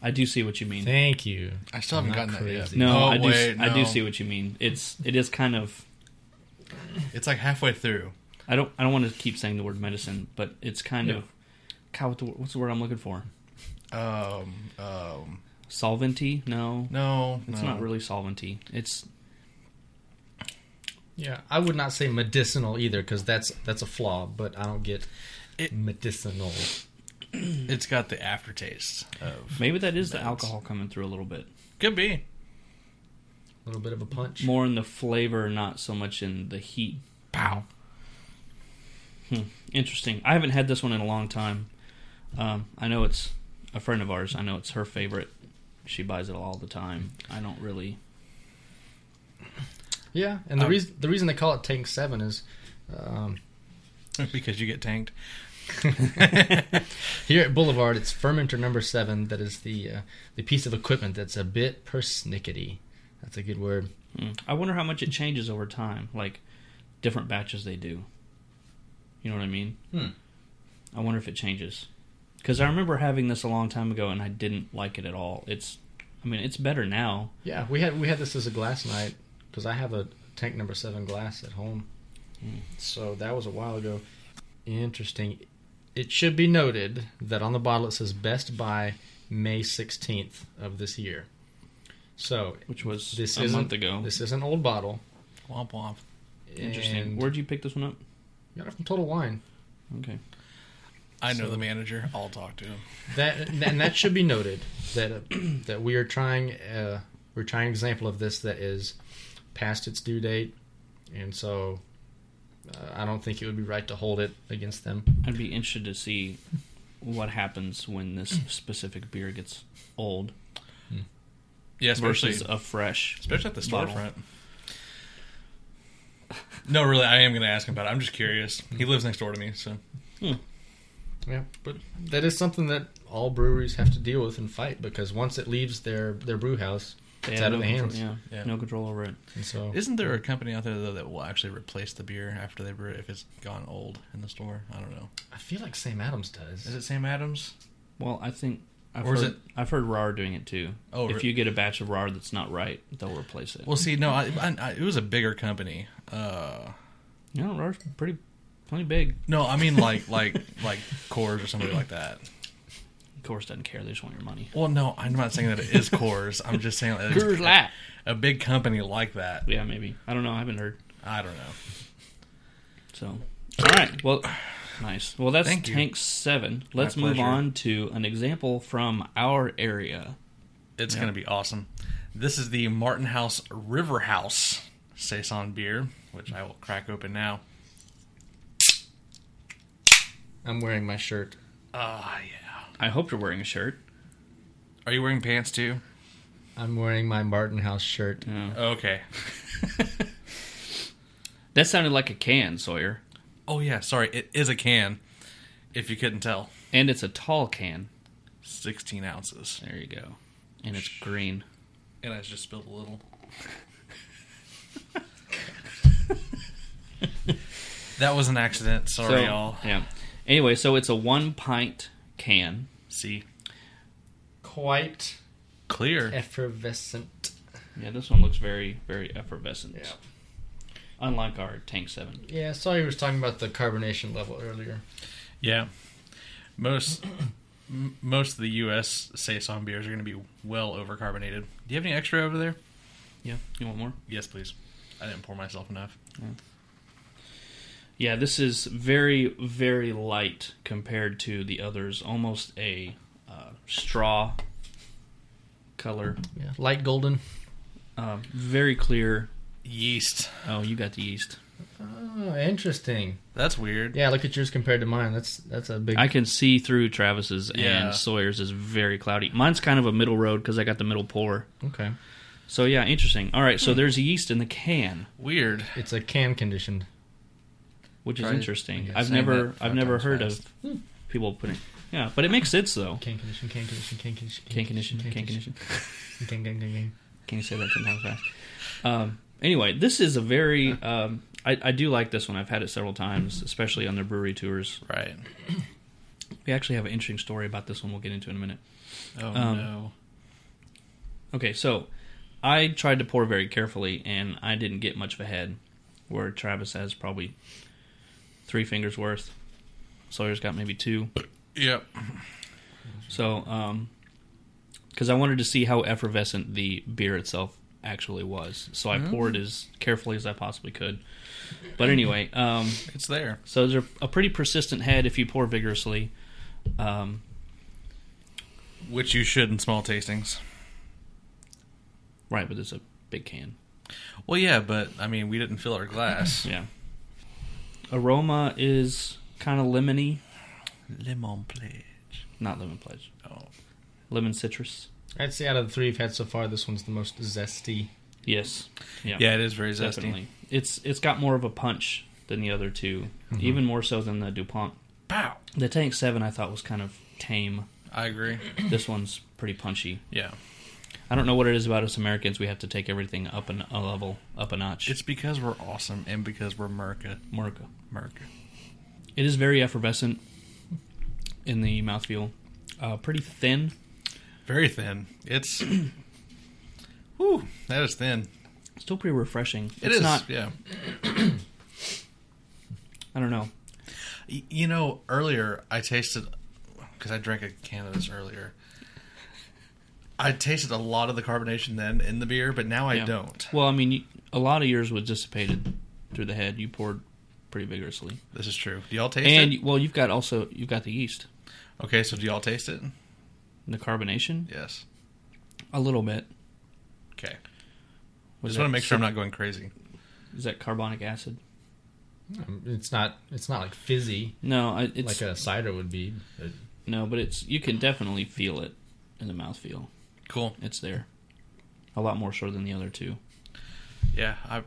[SPEAKER 2] I do see what you mean.
[SPEAKER 1] Thank you.
[SPEAKER 3] I still haven't
[SPEAKER 1] I'm
[SPEAKER 3] gotten
[SPEAKER 1] not
[SPEAKER 3] that
[SPEAKER 1] crazy.
[SPEAKER 3] yet.
[SPEAKER 2] No,
[SPEAKER 3] Oh,
[SPEAKER 2] I do
[SPEAKER 3] wait,
[SPEAKER 2] I do
[SPEAKER 3] no.
[SPEAKER 2] see what you mean. It's it is kind of
[SPEAKER 3] It's like halfway through.
[SPEAKER 2] I don't I don't want to keep saying the word medicine, but it's kind
[SPEAKER 1] Yeah.
[SPEAKER 2] of God, what the, what's the word I'm looking for?
[SPEAKER 3] Um, um,
[SPEAKER 2] Solventy? No.
[SPEAKER 3] no,
[SPEAKER 2] It's
[SPEAKER 3] no.
[SPEAKER 2] not really solventy. It's
[SPEAKER 1] Yeah, I would not say medicinal either because that's that's a flaw. But I don't get
[SPEAKER 3] It-
[SPEAKER 1] medicinal.
[SPEAKER 3] It's got the aftertaste of.
[SPEAKER 2] maybe that is the
[SPEAKER 3] Meds.
[SPEAKER 2] alcohol coming through a little bit.
[SPEAKER 3] Could be.
[SPEAKER 1] A little bit of a punch.
[SPEAKER 2] More in the flavor, not so much in the heat.
[SPEAKER 3] Pow.
[SPEAKER 2] Interesting. I haven't had this one in a long time. Um, I know it's a friend of ours. I know it's her favorite. She buys it all the time. I don't really.
[SPEAKER 1] Yeah, and the
[SPEAKER 3] Um,
[SPEAKER 1] reason the reason they call it Tank Seven is um, [laughs]
[SPEAKER 3] because you get tanked.
[SPEAKER 1] here at Boulevard, it's fermenter number seven. That is the uh, the piece of equipment that's a bit persnickety. That's a good word.
[SPEAKER 2] Mm. I wonder how much it changes over time, like different batches they do. You know what I mean?
[SPEAKER 1] Hmm.
[SPEAKER 2] I wonder if it changes. Because I remember having this a long time ago and I didn't like it at all. It's, I mean, it's better now.
[SPEAKER 1] Yeah, we had we had this as a glass night because I have a tank number seven glass at home. So that was a while ago. Interesting. It should be noted that on the bottle it says best by May sixteenth of this year. So
[SPEAKER 2] which was
[SPEAKER 1] this
[SPEAKER 2] a
[SPEAKER 1] is
[SPEAKER 2] month ago.
[SPEAKER 1] This is an old bottle.
[SPEAKER 3] Womp womp.
[SPEAKER 2] Interesting.
[SPEAKER 1] and-
[SPEAKER 2] Where'd you pick this one up?
[SPEAKER 1] Got it from Total Wine.
[SPEAKER 2] Okay.
[SPEAKER 3] I know
[SPEAKER 1] So-
[SPEAKER 3] the manager. I'll talk to him.
[SPEAKER 1] That and that should be noted that uh, that we are trying uh, we're trying an example of this that is past its due date, and so uh, I don't think it would be right to hold it against them.
[SPEAKER 2] I'd be interested to see what happens when this specific beer gets old
[SPEAKER 3] Yeah, especially
[SPEAKER 2] versus a fresh.
[SPEAKER 3] especially at the
[SPEAKER 2] bottle.
[SPEAKER 3] storefront. No, really, I am going to ask him about it. I'm just curious. He lives next door to me, so
[SPEAKER 1] Yeah, but that is something that all breweries have to deal with and fight because once it leaves their their brew house,
[SPEAKER 2] They
[SPEAKER 1] it's
[SPEAKER 2] have
[SPEAKER 1] out of
[SPEAKER 2] no
[SPEAKER 1] the
[SPEAKER 2] control-
[SPEAKER 1] hands.
[SPEAKER 2] yeah,
[SPEAKER 3] Yeah.
[SPEAKER 2] no control over it.
[SPEAKER 1] And so
[SPEAKER 3] Isn't there a company out there though that will actually replace the beer after they brew it if it's gone old in the store? I don't know.
[SPEAKER 1] I feel like Sam Adams does.
[SPEAKER 3] Is it Sam Adams?
[SPEAKER 2] Well, I think I've
[SPEAKER 3] Or is
[SPEAKER 2] heard
[SPEAKER 3] it-
[SPEAKER 2] I've heard RAR doing it too.
[SPEAKER 3] Oh,
[SPEAKER 2] if
[SPEAKER 3] re-
[SPEAKER 2] you get a batch of RAR that's not right, they'll replace it.
[SPEAKER 3] Well, see, no, I, I, I, it was a bigger company. Uh,
[SPEAKER 2] you know, RAR's pretty plenty big.
[SPEAKER 3] no, I mean like like like Coors or somebody like that.
[SPEAKER 2] Of course, doesn't care. They just want your money.
[SPEAKER 3] Well, no, I'm not saying that it is Coors. I'm just saying that
[SPEAKER 2] Coors
[SPEAKER 3] it's
[SPEAKER 2] Light.
[SPEAKER 3] a big company like that.
[SPEAKER 2] Yeah, maybe. I don't know. I haven't heard.
[SPEAKER 3] I don't know.
[SPEAKER 2] So, all right. Well, nice. Well, that's
[SPEAKER 3] Thank you.
[SPEAKER 2] tank seven. Let's
[SPEAKER 3] My
[SPEAKER 2] move
[SPEAKER 3] pleasure.
[SPEAKER 2] on to an example from our area.
[SPEAKER 3] It's going to be awesome. This is the Martin House River House Saison beer, which I will crack open now.
[SPEAKER 1] I'm wearing my shirt.
[SPEAKER 3] Ah, yeah.
[SPEAKER 2] I hope you're wearing a shirt.
[SPEAKER 3] Are you wearing pants too?
[SPEAKER 1] I'm wearing my Martin House shirt.
[SPEAKER 3] Okay.
[SPEAKER 2] That sounded like a can, Sawyer,
[SPEAKER 3] Oh yeah, sorry. It is a can. If you couldn't tell,
[SPEAKER 2] and it's a tall can.
[SPEAKER 3] 16 ounces,
[SPEAKER 2] There you go, and it's green.
[SPEAKER 3] and I just spilled a little. that was an accident. Sorry,
[SPEAKER 2] So-
[SPEAKER 3] y'all.
[SPEAKER 2] Yeah. Anyway, so it's a one pint can.
[SPEAKER 3] See,
[SPEAKER 1] Quite
[SPEAKER 3] clear.
[SPEAKER 1] effervescent.
[SPEAKER 2] Yeah, this one looks very, very effervescent.
[SPEAKER 1] Yeah.
[SPEAKER 2] Unlike our Tank Seven.
[SPEAKER 1] Yeah, I saw you was talking about the carbonation level earlier.
[SPEAKER 3] Yeah, most m- most of the U.S. saison beers are going to be well over carbonated. Do you have any extra over there?
[SPEAKER 2] Yeah. You want more?
[SPEAKER 3] Yes, please. I didn't pour myself enough.
[SPEAKER 2] Yeah, this is very, very light compared to the others. Almost a uh, straw color.
[SPEAKER 1] Yeah, light golden.
[SPEAKER 2] Um, very clear.
[SPEAKER 3] Yeast.
[SPEAKER 2] Oh, you got the yeast.
[SPEAKER 1] Oh, interesting.
[SPEAKER 3] That's weird.
[SPEAKER 1] Yeah, look at yours compared to mine. That's that's a big.
[SPEAKER 2] I can see through Travis's
[SPEAKER 3] Yeah.
[SPEAKER 2] and Sawyer's is very cloudy. Mine's kind of a middle road because I got the middle pour.
[SPEAKER 1] okay,
[SPEAKER 2] So yeah, interesting. All right, so there's yeast in the can,
[SPEAKER 3] Weird. [laughs]
[SPEAKER 1] it's a can conditioned.
[SPEAKER 2] which
[SPEAKER 3] Try
[SPEAKER 2] is
[SPEAKER 3] it.
[SPEAKER 2] interesting.
[SPEAKER 3] Yeah,
[SPEAKER 2] I've
[SPEAKER 3] saying
[SPEAKER 2] never,
[SPEAKER 3] that five
[SPEAKER 2] I've never
[SPEAKER 3] times
[SPEAKER 2] heard
[SPEAKER 3] fast.
[SPEAKER 2] of people putting. Yeah, but it makes sense though.
[SPEAKER 1] Can condition. Can condition. Can condition.
[SPEAKER 2] Can condition, can condition.
[SPEAKER 1] Can can can can.
[SPEAKER 2] Can you say that ten times fast? Um, anyway, this is a very. Um, I, I do like this one. I've had it several times, especially on their brewery tours.
[SPEAKER 3] Right.
[SPEAKER 2] We actually have an interesting story about this one. We'll get into in a minute.
[SPEAKER 3] Oh
[SPEAKER 2] Um,
[SPEAKER 3] no.
[SPEAKER 2] Okay, so I tried to pour very carefully, and I didn't get much of a head. Where Travis has probably three fingers worth. Sawyer's got maybe two.
[SPEAKER 3] Yep.
[SPEAKER 2] So, um, because I wanted to see how effervescent the beer itself actually was, so I poured as carefully as I possibly could. But anyway, um,
[SPEAKER 3] It's there.
[SPEAKER 2] so there's a, a pretty persistent head if you pour vigorously. Um,
[SPEAKER 3] Which you should in small tastings.
[SPEAKER 2] right, but it's a big can.
[SPEAKER 3] Well, yeah, but I mean, we didn't fill
[SPEAKER 2] [laughs]
[SPEAKER 3] our glass.
[SPEAKER 2] Yeah. Aroma is kind of lemony,
[SPEAKER 3] Lemon pledge.
[SPEAKER 2] not lemon pledge,
[SPEAKER 3] Oh,
[SPEAKER 2] lemon citrus.
[SPEAKER 1] I'd say out of the three we've had so far, this one's the most zesty.
[SPEAKER 2] Yes. Yeah.
[SPEAKER 3] yeah, it is very zesty.
[SPEAKER 2] definitely. It's it's got more of a punch than the other 2
[SPEAKER 3] Mm-hmm.
[SPEAKER 2] even more so than the Dupont.
[SPEAKER 3] Pow.
[SPEAKER 2] The Tank Seven I thought was kind of tame.
[SPEAKER 3] I agree.
[SPEAKER 2] this one's pretty punchy.
[SPEAKER 3] Yeah.
[SPEAKER 2] I don't know what it is about us Americans. We have to take everything up an, a level, up a notch.
[SPEAKER 3] It's because we're awesome and because we're America.
[SPEAKER 2] America.
[SPEAKER 3] America.
[SPEAKER 2] It is very effervescent in the mouthfeel. Uh, pretty thin.
[SPEAKER 3] Very thin.
[SPEAKER 2] [clears throat]
[SPEAKER 3] It's. whew, that is thin.
[SPEAKER 2] Still pretty refreshing.
[SPEAKER 3] It
[SPEAKER 2] it's
[SPEAKER 3] is,
[SPEAKER 2] not.
[SPEAKER 3] yeah.
[SPEAKER 2] I don't know.
[SPEAKER 3] Y- You know, earlier I tasted because I drank a can of this earlier. I tasted a lot of the carbonation then in the beer, but now I
[SPEAKER 2] Yeah.
[SPEAKER 3] don't.
[SPEAKER 2] Well, I mean, you, a lot of yours was dissipated through the head. You poured pretty vigorously,
[SPEAKER 3] This is true. Do y'all taste
[SPEAKER 2] and
[SPEAKER 3] it?
[SPEAKER 2] you- well, you've got also you've got the yeast,
[SPEAKER 3] okay, so do y'all taste it?
[SPEAKER 2] and the carbonation,
[SPEAKER 3] Yes.
[SPEAKER 2] a little bit.
[SPEAKER 3] Okay.
[SPEAKER 2] Was
[SPEAKER 3] Just
[SPEAKER 2] that
[SPEAKER 3] want to make sure I'm
[SPEAKER 2] cit-
[SPEAKER 3] not going crazy.
[SPEAKER 2] Is that carbonic acid?
[SPEAKER 1] Um, It's not. It's not like fizzy
[SPEAKER 2] No, I, it's
[SPEAKER 1] like a cider would be. but
[SPEAKER 2] no, but it's you can definitely feel it in the mouthfeel.
[SPEAKER 3] Cool.
[SPEAKER 2] It's there, a lot more so than the other two.
[SPEAKER 3] Yeah, I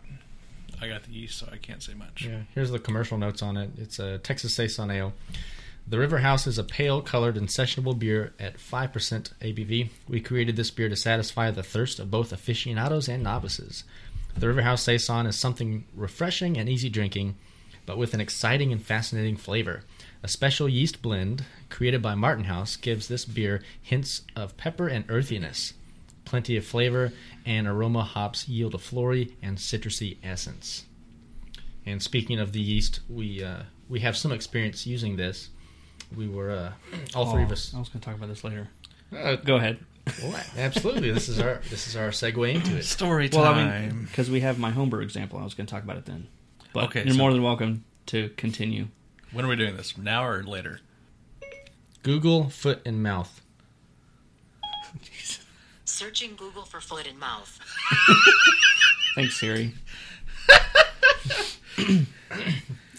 [SPEAKER 3] I got the yeast, so I can't say much.
[SPEAKER 1] Yeah, here's the commercial notes on it. It's a Texas Saison Ale. The River House is a pale colored and sessionable beer at 5% ABV. We created this beer to satisfy the thirst of both aficionados and novices. The River House Saison is something refreshing and easy drinking, but with an exciting and fascinating flavor. A special yeast blend created by Martin House gives this beer hints of pepper and earthiness. Plenty of flavor and aroma hops yield a flory and citrusy essence. And speaking of the yeast, we uh, we have some experience using this. We were uh, all three of
[SPEAKER 2] Oh,
[SPEAKER 1] us.
[SPEAKER 2] I was going to talk about this later.
[SPEAKER 1] Uh,
[SPEAKER 2] Go ahead.
[SPEAKER 1] well, absolutely, this is our this is our segue into it.
[SPEAKER 3] Story time.
[SPEAKER 2] Well, I mean, because we have my homebrew example, I was going to talk about it then. But
[SPEAKER 3] Okay,
[SPEAKER 2] you're
[SPEAKER 3] so-
[SPEAKER 2] more than welcome to continue.
[SPEAKER 3] when are we doing this? Now
[SPEAKER 2] [laughs]
[SPEAKER 3] or later?
[SPEAKER 1] Google foot and mouth.
[SPEAKER 4] Searching Google for foot and mouth.
[SPEAKER 2] Thanks, Siri.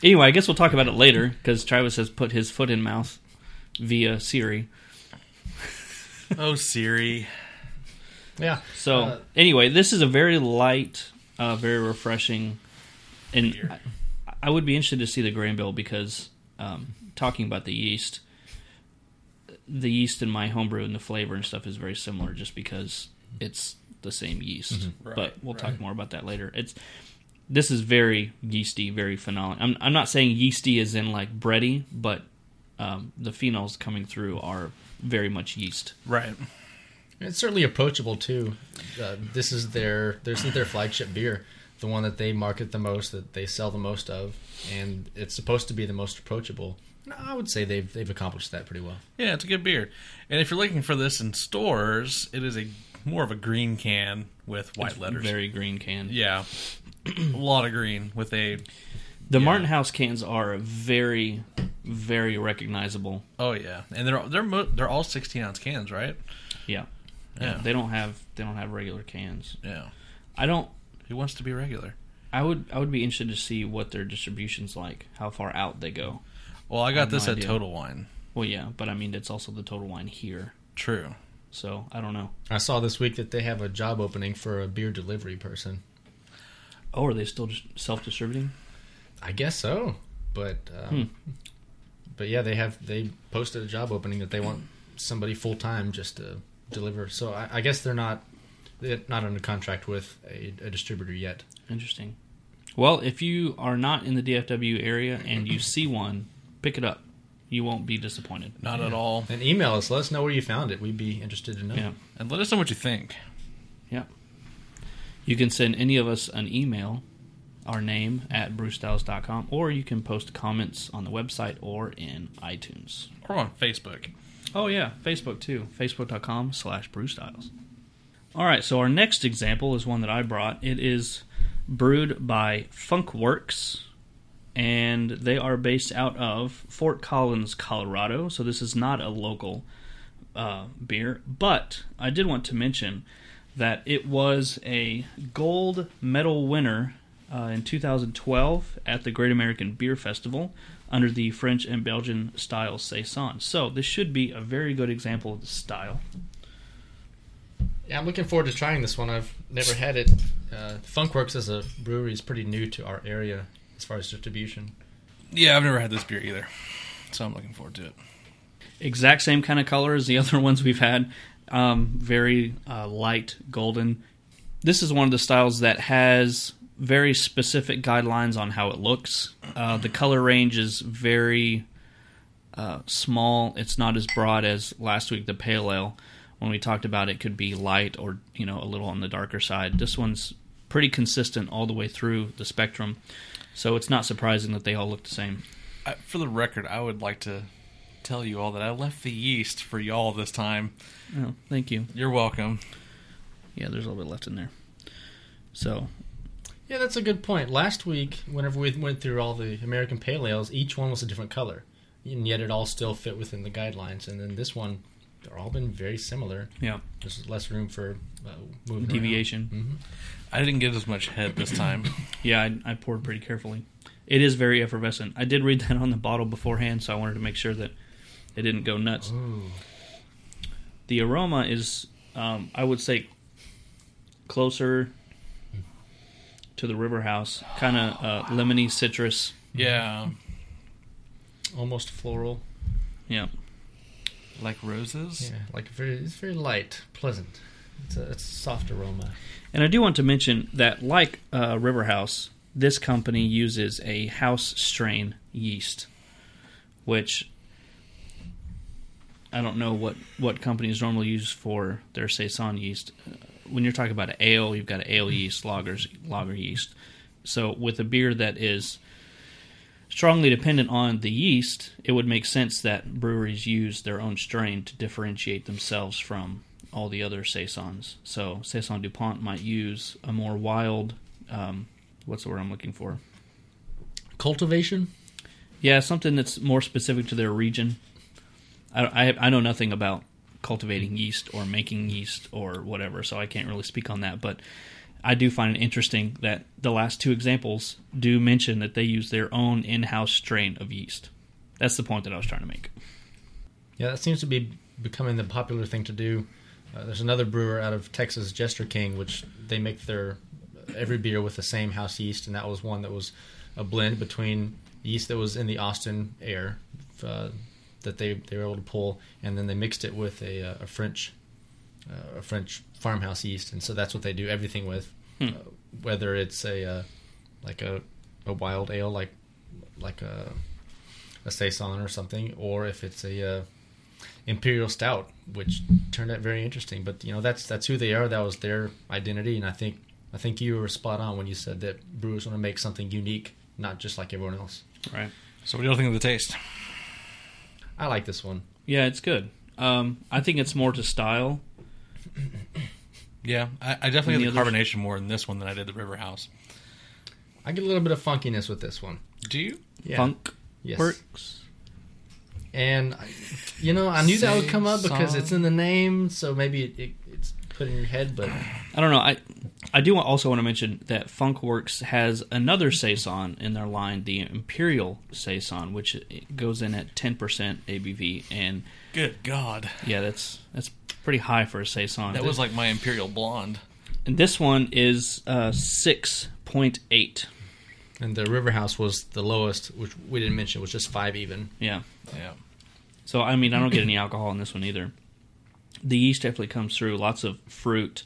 [SPEAKER 2] anyway, I guess we'll talk about it later because Travis has put his foot in mouth via Siri.
[SPEAKER 3] oh, Siri.
[SPEAKER 1] Yeah.
[SPEAKER 2] So
[SPEAKER 1] Uh,
[SPEAKER 2] anyway, this is a very light, uh, very refreshing, and I, I would be interested to see the grain bill because um, talking about the yeast, the yeast in my homebrew and the flavor and stuff is very similar, just because it's the same yeast.
[SPEAKER 3] Right,
[SPEAKER 2] but we'll talk more about that later. It's this is very yeasty, very phenolic. I'm I'm not saying yeasty is in like bready, but um, the phenols coming through are very much yeast.
[SPEAKER 3] Right.
[SPEAKER 1] it's certainly approachable too. Uh, this is their this is their flagship beer, the one that they market the most, that they sell the most of, and it's supposed to be the most approachable. And I would say they've they've accomplished that pretty well.
[SPEAKER 3] Yeah, it's a good beer. And if you're looking for this in stores, it is a more of a green can with white letters.
[SPEAKER 2] Very green can.
[SPEAKER 3] yeah. [clears throat] a lot of green with a
[SPEAKER 2] The Martin House cans are very, very recognizable.
[SPEAKER 3] Oh yeah, and they're they're mo- they're all sixteen ounce cans, right?
[SPEAKER 2] Yeah.
[SPEAKER 3] Yeah.
[SPEAKER 2] They don't have they don't have regular cans.
[SPEAKER 3] Yeah.
[SPEAKER 2] I don't
[SPEAKER 3] Who wants to be regular?
[SPEAKER 2] I would I would be interested to see what their distribution's like, how far out they go.
[SPEAKER 3] Well, I got
[SPEAKER 2] have no
[SPEAKER 3] this at
[SPEAKER 2] idea.
[SPEAKER 3] Total Wine.
[SPEAKER 2] Well yeah, but I mean it's also the total wine here.
[SPEAKER 3] True.
[SPEAKER 2] So I don't know.
[SPEAKER 1] I saw this week that they have a job opening for a beer delivery person.
[SPEAKER 2] Oh, are they still just self distributing?
[SPEAKER 1] I guess so, but um, but yeah, they have they posted a job opening that they want somebody full time just to deliver. So I, I guess they're not they're not under contract with a, a distributor yet.
[SPEAKER 2] Interesting. Well, if you are not in the DFW area and you see one, pick it up. You won't be disappointed.
[SPEAKER 3] Not at all.
[SPEAKER 1] And email us, let us know where you found it. We'd be interested to know.
[SPEAKER 2] Yeah.
[SPEAKER 3] And let us know what you think.
[SPEAKER 2] Yep. You can send any of us an email, our name at brewstyles.com, or you can post comments on the website or in iTunes.
[SPEAKER 3] Or on Facebook.
[SPEAKER 2] Oh, yeah, Facebook too. Facebook.com slash brewstyles. All right, so our next example is one that I brought. It is brewed by Funkworks, and they are based out of Fort Collins, Colorado. So this is not a local uh, beer, but I did want to mention that it was a gold medal winner uh, in 2012 at the Great American Beer Festival under the French and Belgian style saison. So this should be a very good example of the style.
[SPEAKER 1] Yeah, I'm looking forward to trying this one. I've never had it. Uh, Funkworks as a brewery is pretty new to our area as far as distribution.
[SPEAKER 3] Yeah, I've never had this beer either, so I'm looking forward to it.
[SPEAKER 2] [laughs] exact same kind of color as the other ones we've had. um, very uh, light golden. This is one of the styles that has very specific guidelines on how it looks. Uh, the color range is very uh, small. It's not as broad as last week the pale ale. When we talked about it, could be light or you know a little on the darker side. This one's pretty consistent all the way through the spectrum, so it's not surprising that they all look the same.
[SPEAKER 3] I, for the record, I would like to tell you all that I left the yeast for y'all this time.
[SPEAKER 2] Oh, thank you.
[SPEAKER 3] You're welcome.
[SPEAKER 2] Yeah, there's a little bit left in there. So
[SPEAKER 1] Yeah, that's a good point. Last week, whenever we went through all the American pale ales, each one was a different color, and yet it all still fit within the guidelines. And then this one, they're all been very similar.
[SPEAKER 2] yeah,
[SPEAKER 1] There's less room for uh, moving around.
[SPEAKER 2] deviation.
[SPEAKER 3] I didn't get as much head this [laughs] time.
[SPEAKER 2] Yeah, I, I poured pretty carefully. It is very effervescent. I did read [laughs] that on the bottle beforehand, so I wanted to make sure that it didn't go nuts.
[SPEAKER 1] Uh-huh.
[SPEAKER 2] The aroma is, um, I would say, closer to the River House, kind of uh, lemony citrus.
[SPEAKER 3] yeah,
[SPEAKER 1] Almost floral.
[SPEAKER 2] Yeah,
[SPEAKER 3] like roses.
[SPEAKER 1] Yeah, like very, it's very light, pleasant. It's a, it's a soft aroma.
[SPEAKER 2] and I do want to mention that, like uh, River House, this company uses a house strain yeast, which I don't know what, what companies normally use for their saison yeast. Uh, When you're talking about ale, you've got ale yeast, lagers, lager yeast. So with a beer that is strongly dependent on the yeast, it would make sense that breweries use their own strain to differentiate themselves from all the other saisons. So saison Dupont might use a more wild, um, what's the word I'm looking for?
[SPEAKER 1] Cultivation.
[SPEAKER 2] Yeah, something that's more specific to their region. I, I, I know nothing about cultivating yeast or making yeast or whatever, so I can't really speak on that. But I do find it interesting that the last two examples do mention that they use their own in house strain of yeast. That's the point that I was trying to make.
[SPEAKER 1] Yeah, that seems to be becoming the popular thing to do. Uh, there's another brewer out of Texas, Jester King, which they make their every beer with the same house yeast, and that was one that was a blend between yeast that was in the Austin air uh, that they, they were able to pull, and then they mixed it with a, uh, a French uh, a French farmhouse yeast, and so that's what they do everything with, uh, whether it's a uh, like a, a wild ale like like a a saison or something, or if it's a uh, imperial stout, which turned out very interesting. But you know, that's that's who they are. That was their identity, and I think I think you were spot on when you said that brewers want to make something unique, not just like everyone else.
[SPEAKER 2] Right.
[SPEAKER 3] So what do y'all think of the taste?
[SPEAKER 1] I like this one.
[SPEAKER 2] Yeah, it's good. Um, I think it's more to style.
[SPEAKER 3] Yeah, I, I definitely
[SPEAKER 2] And
[SPEAKER 3] get the
[SPEAKER 2] the others?
[SPEAKER 3] carbonation more in this one than I did the River House.
[SPEAKER 1] I get a little bit of funkiness with this one.
[SPEAKER 3] Do you?
[SPEAKER 1] Yeah.
[SPEAKER 2] Funk
[SPEAKER 1] Yes.
[SPEAKER 2] works.
[SPEAKER 1] And I- you know, I knew that would come up because
[SPEAKER 3] Saison.
[SPEAKER 1] it's in the name, so maybe it, it, it's put in your head. But
[SPEAKER 2] I don't know. I I do also want to mention that Funkworks has another saison in their line, the Imperial saison, which it goes in at ten percent ABV, and
[SPEAKER 3] Good God,
[SPEAKER 2] yeah, that's that's pretty high for a saison.
[SPEAKER 3] that was like my Imperial Blonde.
[SPEAKER 2] and this one is uh, six point eight.
[SPEAKER 1] and the River House was the lowest, which we didn't mention, was just five even.
[SPEAKER 2] Yeah.
[SPEAKER 3] Yeah,
[SPEAKER 2] So I mean, I don't get any alcohol in this one either. The yeast definitely comes through. Lots of fruit,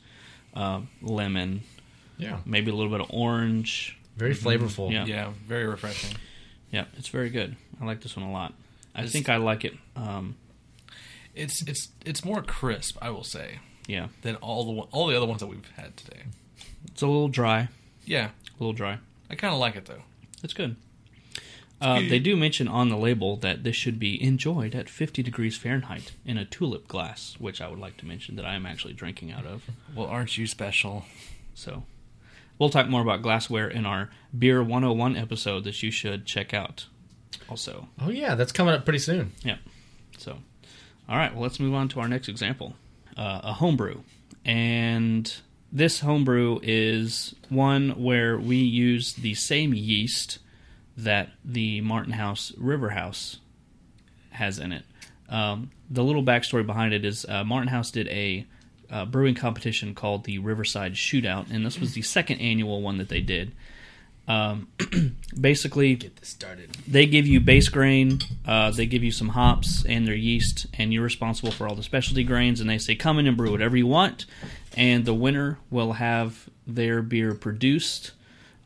[SPEAKER 2] uh, lemon,
[SPEAKER 1] Yeah,
[SPEAKER 2] maybe a little bit of orange.
[SPEAKER 1] very flavorful.
[SPEAKER 2] Yeah.
[SPEAKER 3] yeah, very refreshing.
[SPEAKER 2] Yeah, it's very good. I like this one a lot. I think I like it. Um,
[SPEAKER 3] It's it's it's more crisp, I will say,
[SPEAKER 2] yeah,
[SPEAKER 3] than all the one- all the other ones that we've had today.
[SPEAKER 2] it's a little dry. A
[SPEAKER 3] Yeah,
[SPEAKER 2] little dry.
[SPEAKER 3] I kind of like it though.
[SPEAKER 2] It's good. Uh, they do mention on the label that this should be enjoyed at 50 degrees Fahrenheit in a tulip glass, which I would like to mention that I am actually drinking out of.
[SPEAKER 3] Well, aren't you special?
[SPEAKER 2] So we'll talk more about glassware in our Beer 101 episode that you should check out also.
[SPEAKER 1] Oh yeah, that's coming up pretty soon.
[SPEAKER 2] Yeah. So, all right. Well, let's move on to our next example, uh, a homebrew, and this homebrew is one where we use the same yeast that the Martin House River House has in it. Um, the little backstory behind it is uh, Martin House did a uh, brewing competition called the Riverside Shootout, and this was the second annual one that they did Um, [clears throat] basically,
[SPEAKER 1] Get this started.
[SPEAKER 2] they give you base grain, uh, they give you some hops and their yeast, and you're responsible for all the specialty grains. And they say, come in and brew whatever you want, and the winner will have their beer produced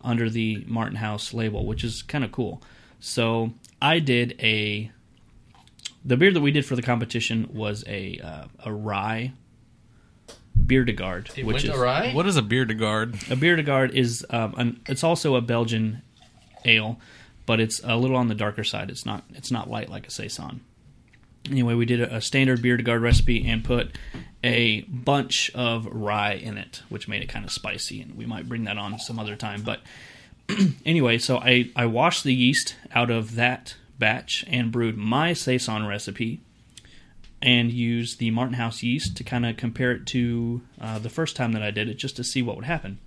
[SPEAKER 2] under the Martin House label, which is kind of cool. So I did a. The beer that we did for the competition was a uh, a rye beer de garde,
[SPEAKER 1] It
[SPEAKER 2] which
[SPEAKER 1] went
[SPEAKER 2] is
[SPEAKER 1] awry.
[SPEAKER 3] What is a beer to guard?
[SPEAKER 2] a beer de garde is um, an, it's also a Belgian ale, but it's a little on the darker side. It's not it's not light like a saison. Anyway, we did a, a standard beer de garde recipe and put a bunch of rye in it, which made it kind of spicy. And we might bring that on some other time. But [clears throat] anyway, so I I washed the yeast out of that batch and brewed my saison recipe. And used the Martin House yeast to kind of compare it to uh, the first time that I did it, just to see what would happen.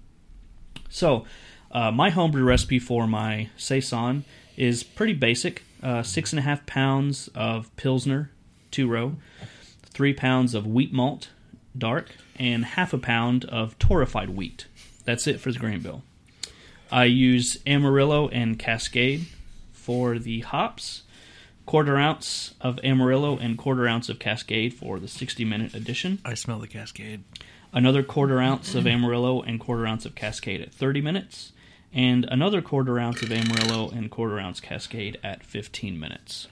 [SPEAKER 2] So, uh, my homebrew recipe for my saison is pretty basic: uh, six and a half pounds of pilsner, two row, three pounds of wheat malt, dark, and half a pound of torrefied wheat. That's it for the grain bill. I use Amarillo and Cascade for the hops, quarter ounce of Amarillo and quarter ounce of Cascade for the 60 minute edition
[SPEAKER 3] I smell the cascade.
[SPEAKER 2] another quarter ounce of Amarillo and quarter ounce of Cascade at 30 minutes, and another quarter ounce of Amarillo and quarter ounce Cascade at 15 minutes.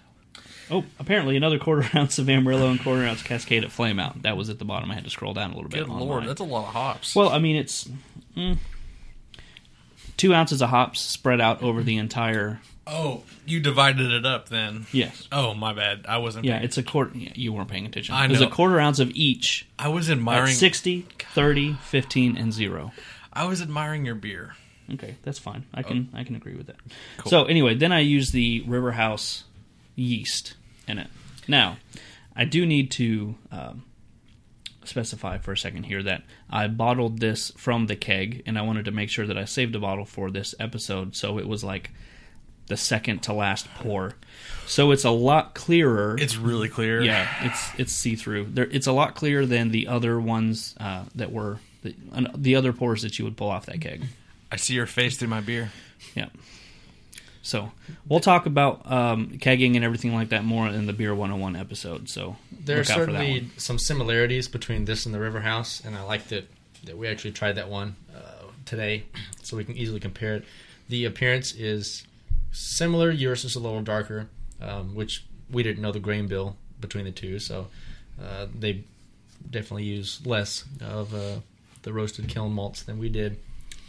[SPEAKER 2] Oh, apparently another quarter [laughs] ounce of Amarillo and quarter ounce Cascade at Flame Out. That was at the bottom. I had to scroll down a little bit.
[SPEAKER 3] Good
[SPEAKER 2] online.
[SPEAKER 3] lord, that's a lot of hops.
[SPEAKER 2] Well, I mean, it's mm, two ounces of hops spread out over the entire.
[SPEAKER 3] oh, you divided it up then.
[SPEAKER 2] Yes.
[SPEAKER 3] Oh, my bad. I wasn't.
[SPEAKER 2] Yeah, it's a quarter. Yeah, you weren't paying attention.
[SPEAKER 3] I
[SPEAKER 2] It was
[SPEAKER 3] know.
[SPEAKER 2] a quarter ounce of each
[SPEAKER 3] I was
[SPEAKER 2] at
[SPEAKER 3] admiring.
[SPEAKER 2] 60, 30, 15, and 0.
[SPEAKER 3] I was admiring your beer.
[SPEAKER 2] Okay, that's fine.
[SPEAKER 3] Oh.
[SPEAKER 2] I can I can agree with that. So anyway, then I use the River House yeast in it. Now, I do need to um, specify for a second here that I bottled this from the keg, and I wanted to make sure that I saved a bottle for this episode, so it was like the second to last pour. So it's a lot clearer.
[SPEAKER 3] It's really clear.
[SPEAKER 2] Yeah, it's it's see through. There, it's a lot clearer than the other ones uh, that were the, the other pours that you would pull off that keg.
[SPEAKER 3] I see your face through my beer.
[SPEAKER 2] Yeah. So we'll talk about um, kegging and everything like that more in the Beer 101 episode. So
[SPEAKER 1] There are
[SPEAKER 2] look out for that
[SPEAKER 1] certainly
[SPEAKER 2] one.
[SPEAKER 1] some similarities between this and the River House, and I like that that we actually tried that one uh, today, so we can easily compare it. The appearance is similar. Yours is a little darker, um, which we didn't know the grain bill between the two, so uh, they definitely use less of uh, the roasted kiln malts than we did.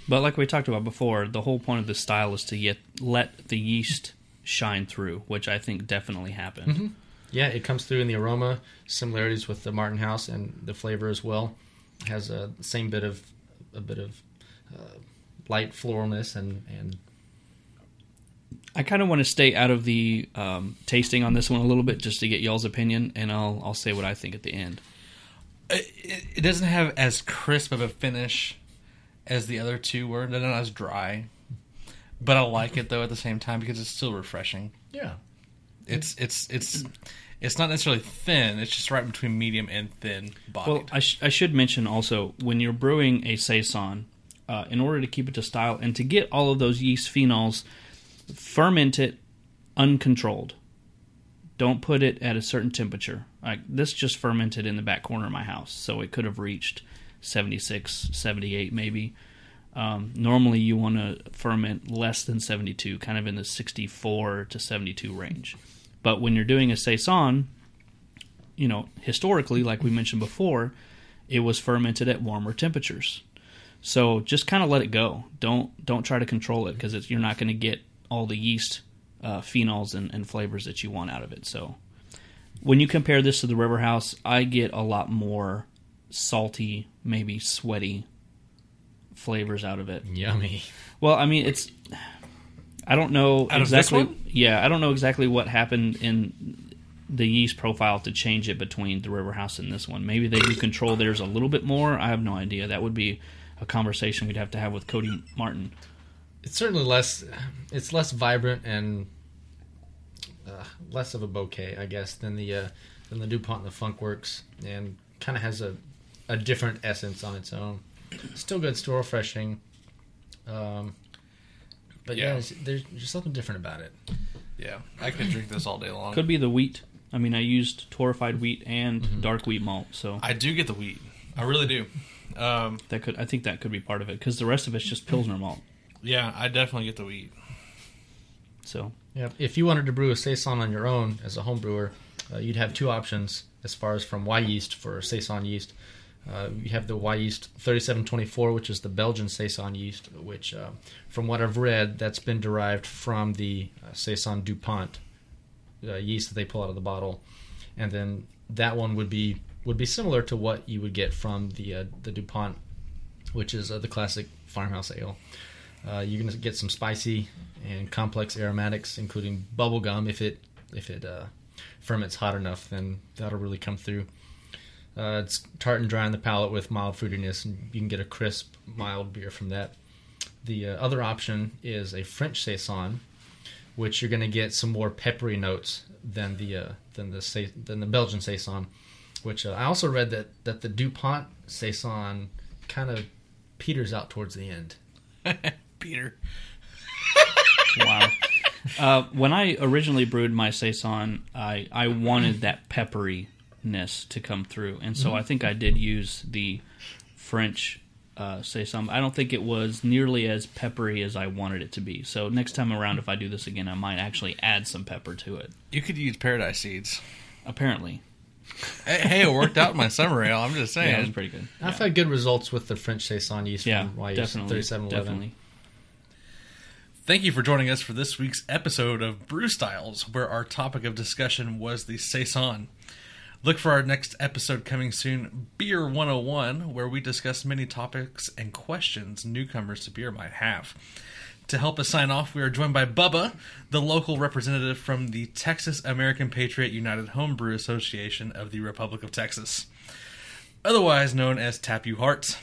[SPEAKER 2] But like we talked about before, the whole point of the style is to get let the yeast shine through, which I think definitely happened.
[SPEAKER 1] Mm-hmm. Yeah, it comes through in the aroma. Similarities with the Martin House and the flavor as well. It has a same bit of a bit of uh, light floralness and and
[SPEAKER 2] I kind of want to stay out of the um, tasting on this one a little bit, just to get y'all's opinion, and I'll I'll say what I think at the end.
[SPEAKER 3] Uh, It, it doesn't have as crisp of a finish as the other two were. They're not as dry, but I like it though at the same time because it's still refreshing.
[SPEAKER 1] yeah.
[SPEAKER 3] It's it's it's it's not necessarily thin. It's just right between medium and thin bodied.
[SPEAKER 2] Well, I, sh- I should mention also when you're brewing a saison, uh, in order to keep it to style and to get all of those yeast phenols, ferment it uncontrolled. Don't put it at a certain temperature. Like this just fermented in the back corner of my house, so it could have reached 76, 78 maybe. Um, normally, you want to ferment less than 72, kind of in the 64 to 72 range. But when you're doing a saison, you know, historically, like we mentioned before, it was fermented at warmer temperatures. So just kind of let it go. Don't don't try to control it because you're not going to get all the yeast uh, phenols and, and flavors that you want out of it. So when you compare this to the River House, I get a lot more salty, maybe sweaty flavors out of it.
[SPEAKER 1] Yummy.
[SPEAKER 2] Well, I mean, it's. I don't know
[SPEAKER 3] Out of this
[SPEAKER 2] exactly.
[SPEAKER 3] one?
[SPEAKER 2] Yeah, I don't know exactly what happened in the yeast profile to change it between the river house and this one. Maybe they do control theirs a little bit more. I have no idea. That would be a conversation we'd have to have with Cody Martin.
[SPEAKER 1] It's certainly less. It's less vibrant and uh, less of a bouquet, I guess, than the uh, than the Dupont and the Funk Works, and kind of has a a different essence on its own. Still good, still refreshing. Um, But
[SPEAKER 3] Yeah.
[SPEAKER 1] yeah, it's- there's just something different about it.
[SPEAKER 3] Yeah, I could drink this all day long.
[SPEAKER 2] Could be the wheat. I mean, I used torrefied wheat and
[SPEAKER 3] Mm-hmm.
[SPEAKER 2] dark wheat malt, so
[SPEAKER 3] I do get the wheat. I really do. Um,
[SPEAKER 2] that could I think that could be part of it because the rest of it's just pilsner malt.
[SPEAKER 3] yeah, I definitely get the wheat.
[SPEAKER 2] So
[SPEAKER 1] Yeah. If you wanted to brew a saison on your own as a home brewer, uh, you'd have two options as far as from Y yeast for saison yeast. Uh, you have the Y yeast 3724, which is the Belgian saison yeast, which, uh, from what I've read, that's been derived from the uh, saison Dupont uh, yeast that they pull out of the bottle, and then that one would be would be similar to what you would get from the uh, the Dupont, which is uh, the classic farmhouse ale. Uh, you're gonna get some spicy and complex aromatics, including bubblegum. If it if it uh, ferments hot enough, then that'll really come through. Uh, it's tart and dry on the palate with mild fruitiness, and you can get a crisp, mild beer from that. The uh, other option is a French saison, which you're going to get some more peppery notes than the uh, than the sa- than the Belgian saison. Which uh, I also read that that the Dupont saison kind of peters out towards the end.
[SPEAKER 3] Peter.
[SPEAKER 2] wow. Uh, when I originally brewed my saison, I I wanted that pepperiness to come through, and
[SPEAKER 3] Mm-hmm.
[SPEAKER 2] so I think I did use the French uh, saison. I don't think it was nearly as peppery as I wanted it to be. So next time around, if I do this again, I might actually add some pepper to it.
[SPEAKER 3] You could use paradise seeds.
[SPEAKER 2] Apparently,
[SPEAKER 3] Hey, hey, it worked out in my summer ale. I'm just
[SPEAKER 2] yeah,
[SPEAKER 3] saying.
[SPEAKER 2] it was pretty good.
[SPEAKER 1] I've had good results with the French saison yeast
[SPEAKER 2] Yeah,
[SPEAKER 1] from E YS
[SPEAKER 2] definitely,
[SPEAKER 1] 3711.
[SPEAKER 2] definitely.
[SPEAKER 3] Thank you for joining us for this week's episode of Brew Styles, where our topic of discussion was the Saison. Look for our next episode coming soon, Beer 101, where we discuss many topics and questions newcomers to beer might have. To help us sign off, we are joined by Bubba, the local representative from the Texas American Patriot United Homebrew Association of the Republic of Texas, otherwise known as Tap You Hearts.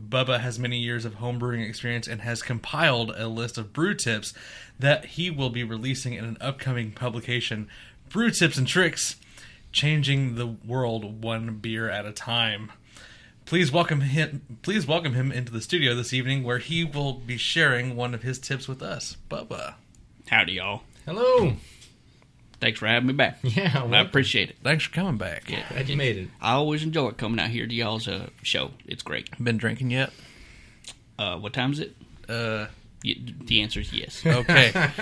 [SPEAKER 3] Bubba has many years of homebrewing experience and has compiled a list of brew tips that he will be releasing in an upcoming publication, Brew Tips and Tricks, changing the world one beer at a time. Please welcome him please welcome him into the studio this evening where he will be sharing one of his tips with us. Bubba.
[SPEAKER 2] Howdy, y'all.
[SPEAKER 1] Hello. [laughs]
[SPEAKER 2] Thanks for having me
[SPEAKER 3] [laughs]
[SPEAKER 2] back.
[SPEAKER 1] Yeah,
[SPEAKER 2] I
[SPEAKER 1] well,
[SPEAKER 2] appreciate it.
[SPEAKER 3] Thanks for coming back.
[SPEAKER 2] Yeah.
[SPEAKER 1] glad you made it.
[SPEAKER 2] I always enjoy coming out here to y'all's uh, show. It's great.
[SPEAKER 3] Been drinking yet?
[SPEAKER 2] Uh, what time is it?
[SPEAKER 3] Uh
[SPEAKER 2] Y the answer is yes. [laughs]
[SPEAKER 3] okay. [laughs]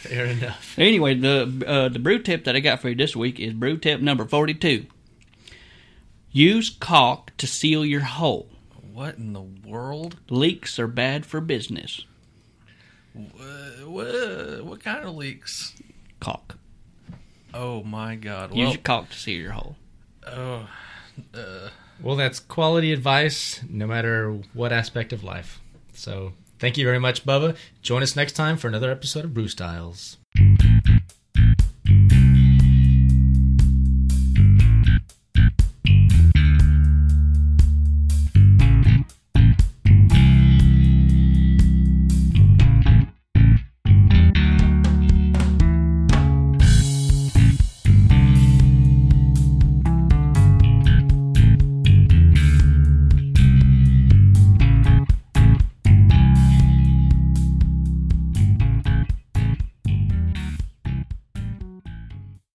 [SPEAKER 1] Fair enough.
[SPEAKER 2] Anyway, the uh, the brew tip that I got for you this week is brew tip number forty two. Use caulk to seal your hole.
[SPEAKER 3] what in the world?
[SPEAKER 2] Leaks are bad for business.
[SPEAKER 3] Uh, what, what kind of leaks?
[SPEAKER 2] Caulk.
[SPEAKER 3] Oh my god.
[SPEAKER 2] Use
[SPEAKER 3] Well,
[SPEAKER 2] your caulk to seal your hole.
[SPEAKER 3] oh,
[SPEAKER 1] Well, that's quality advice no matter what aspect of life. So, thank you very much, Bubba. Join us next time for another episode of Brew Styles.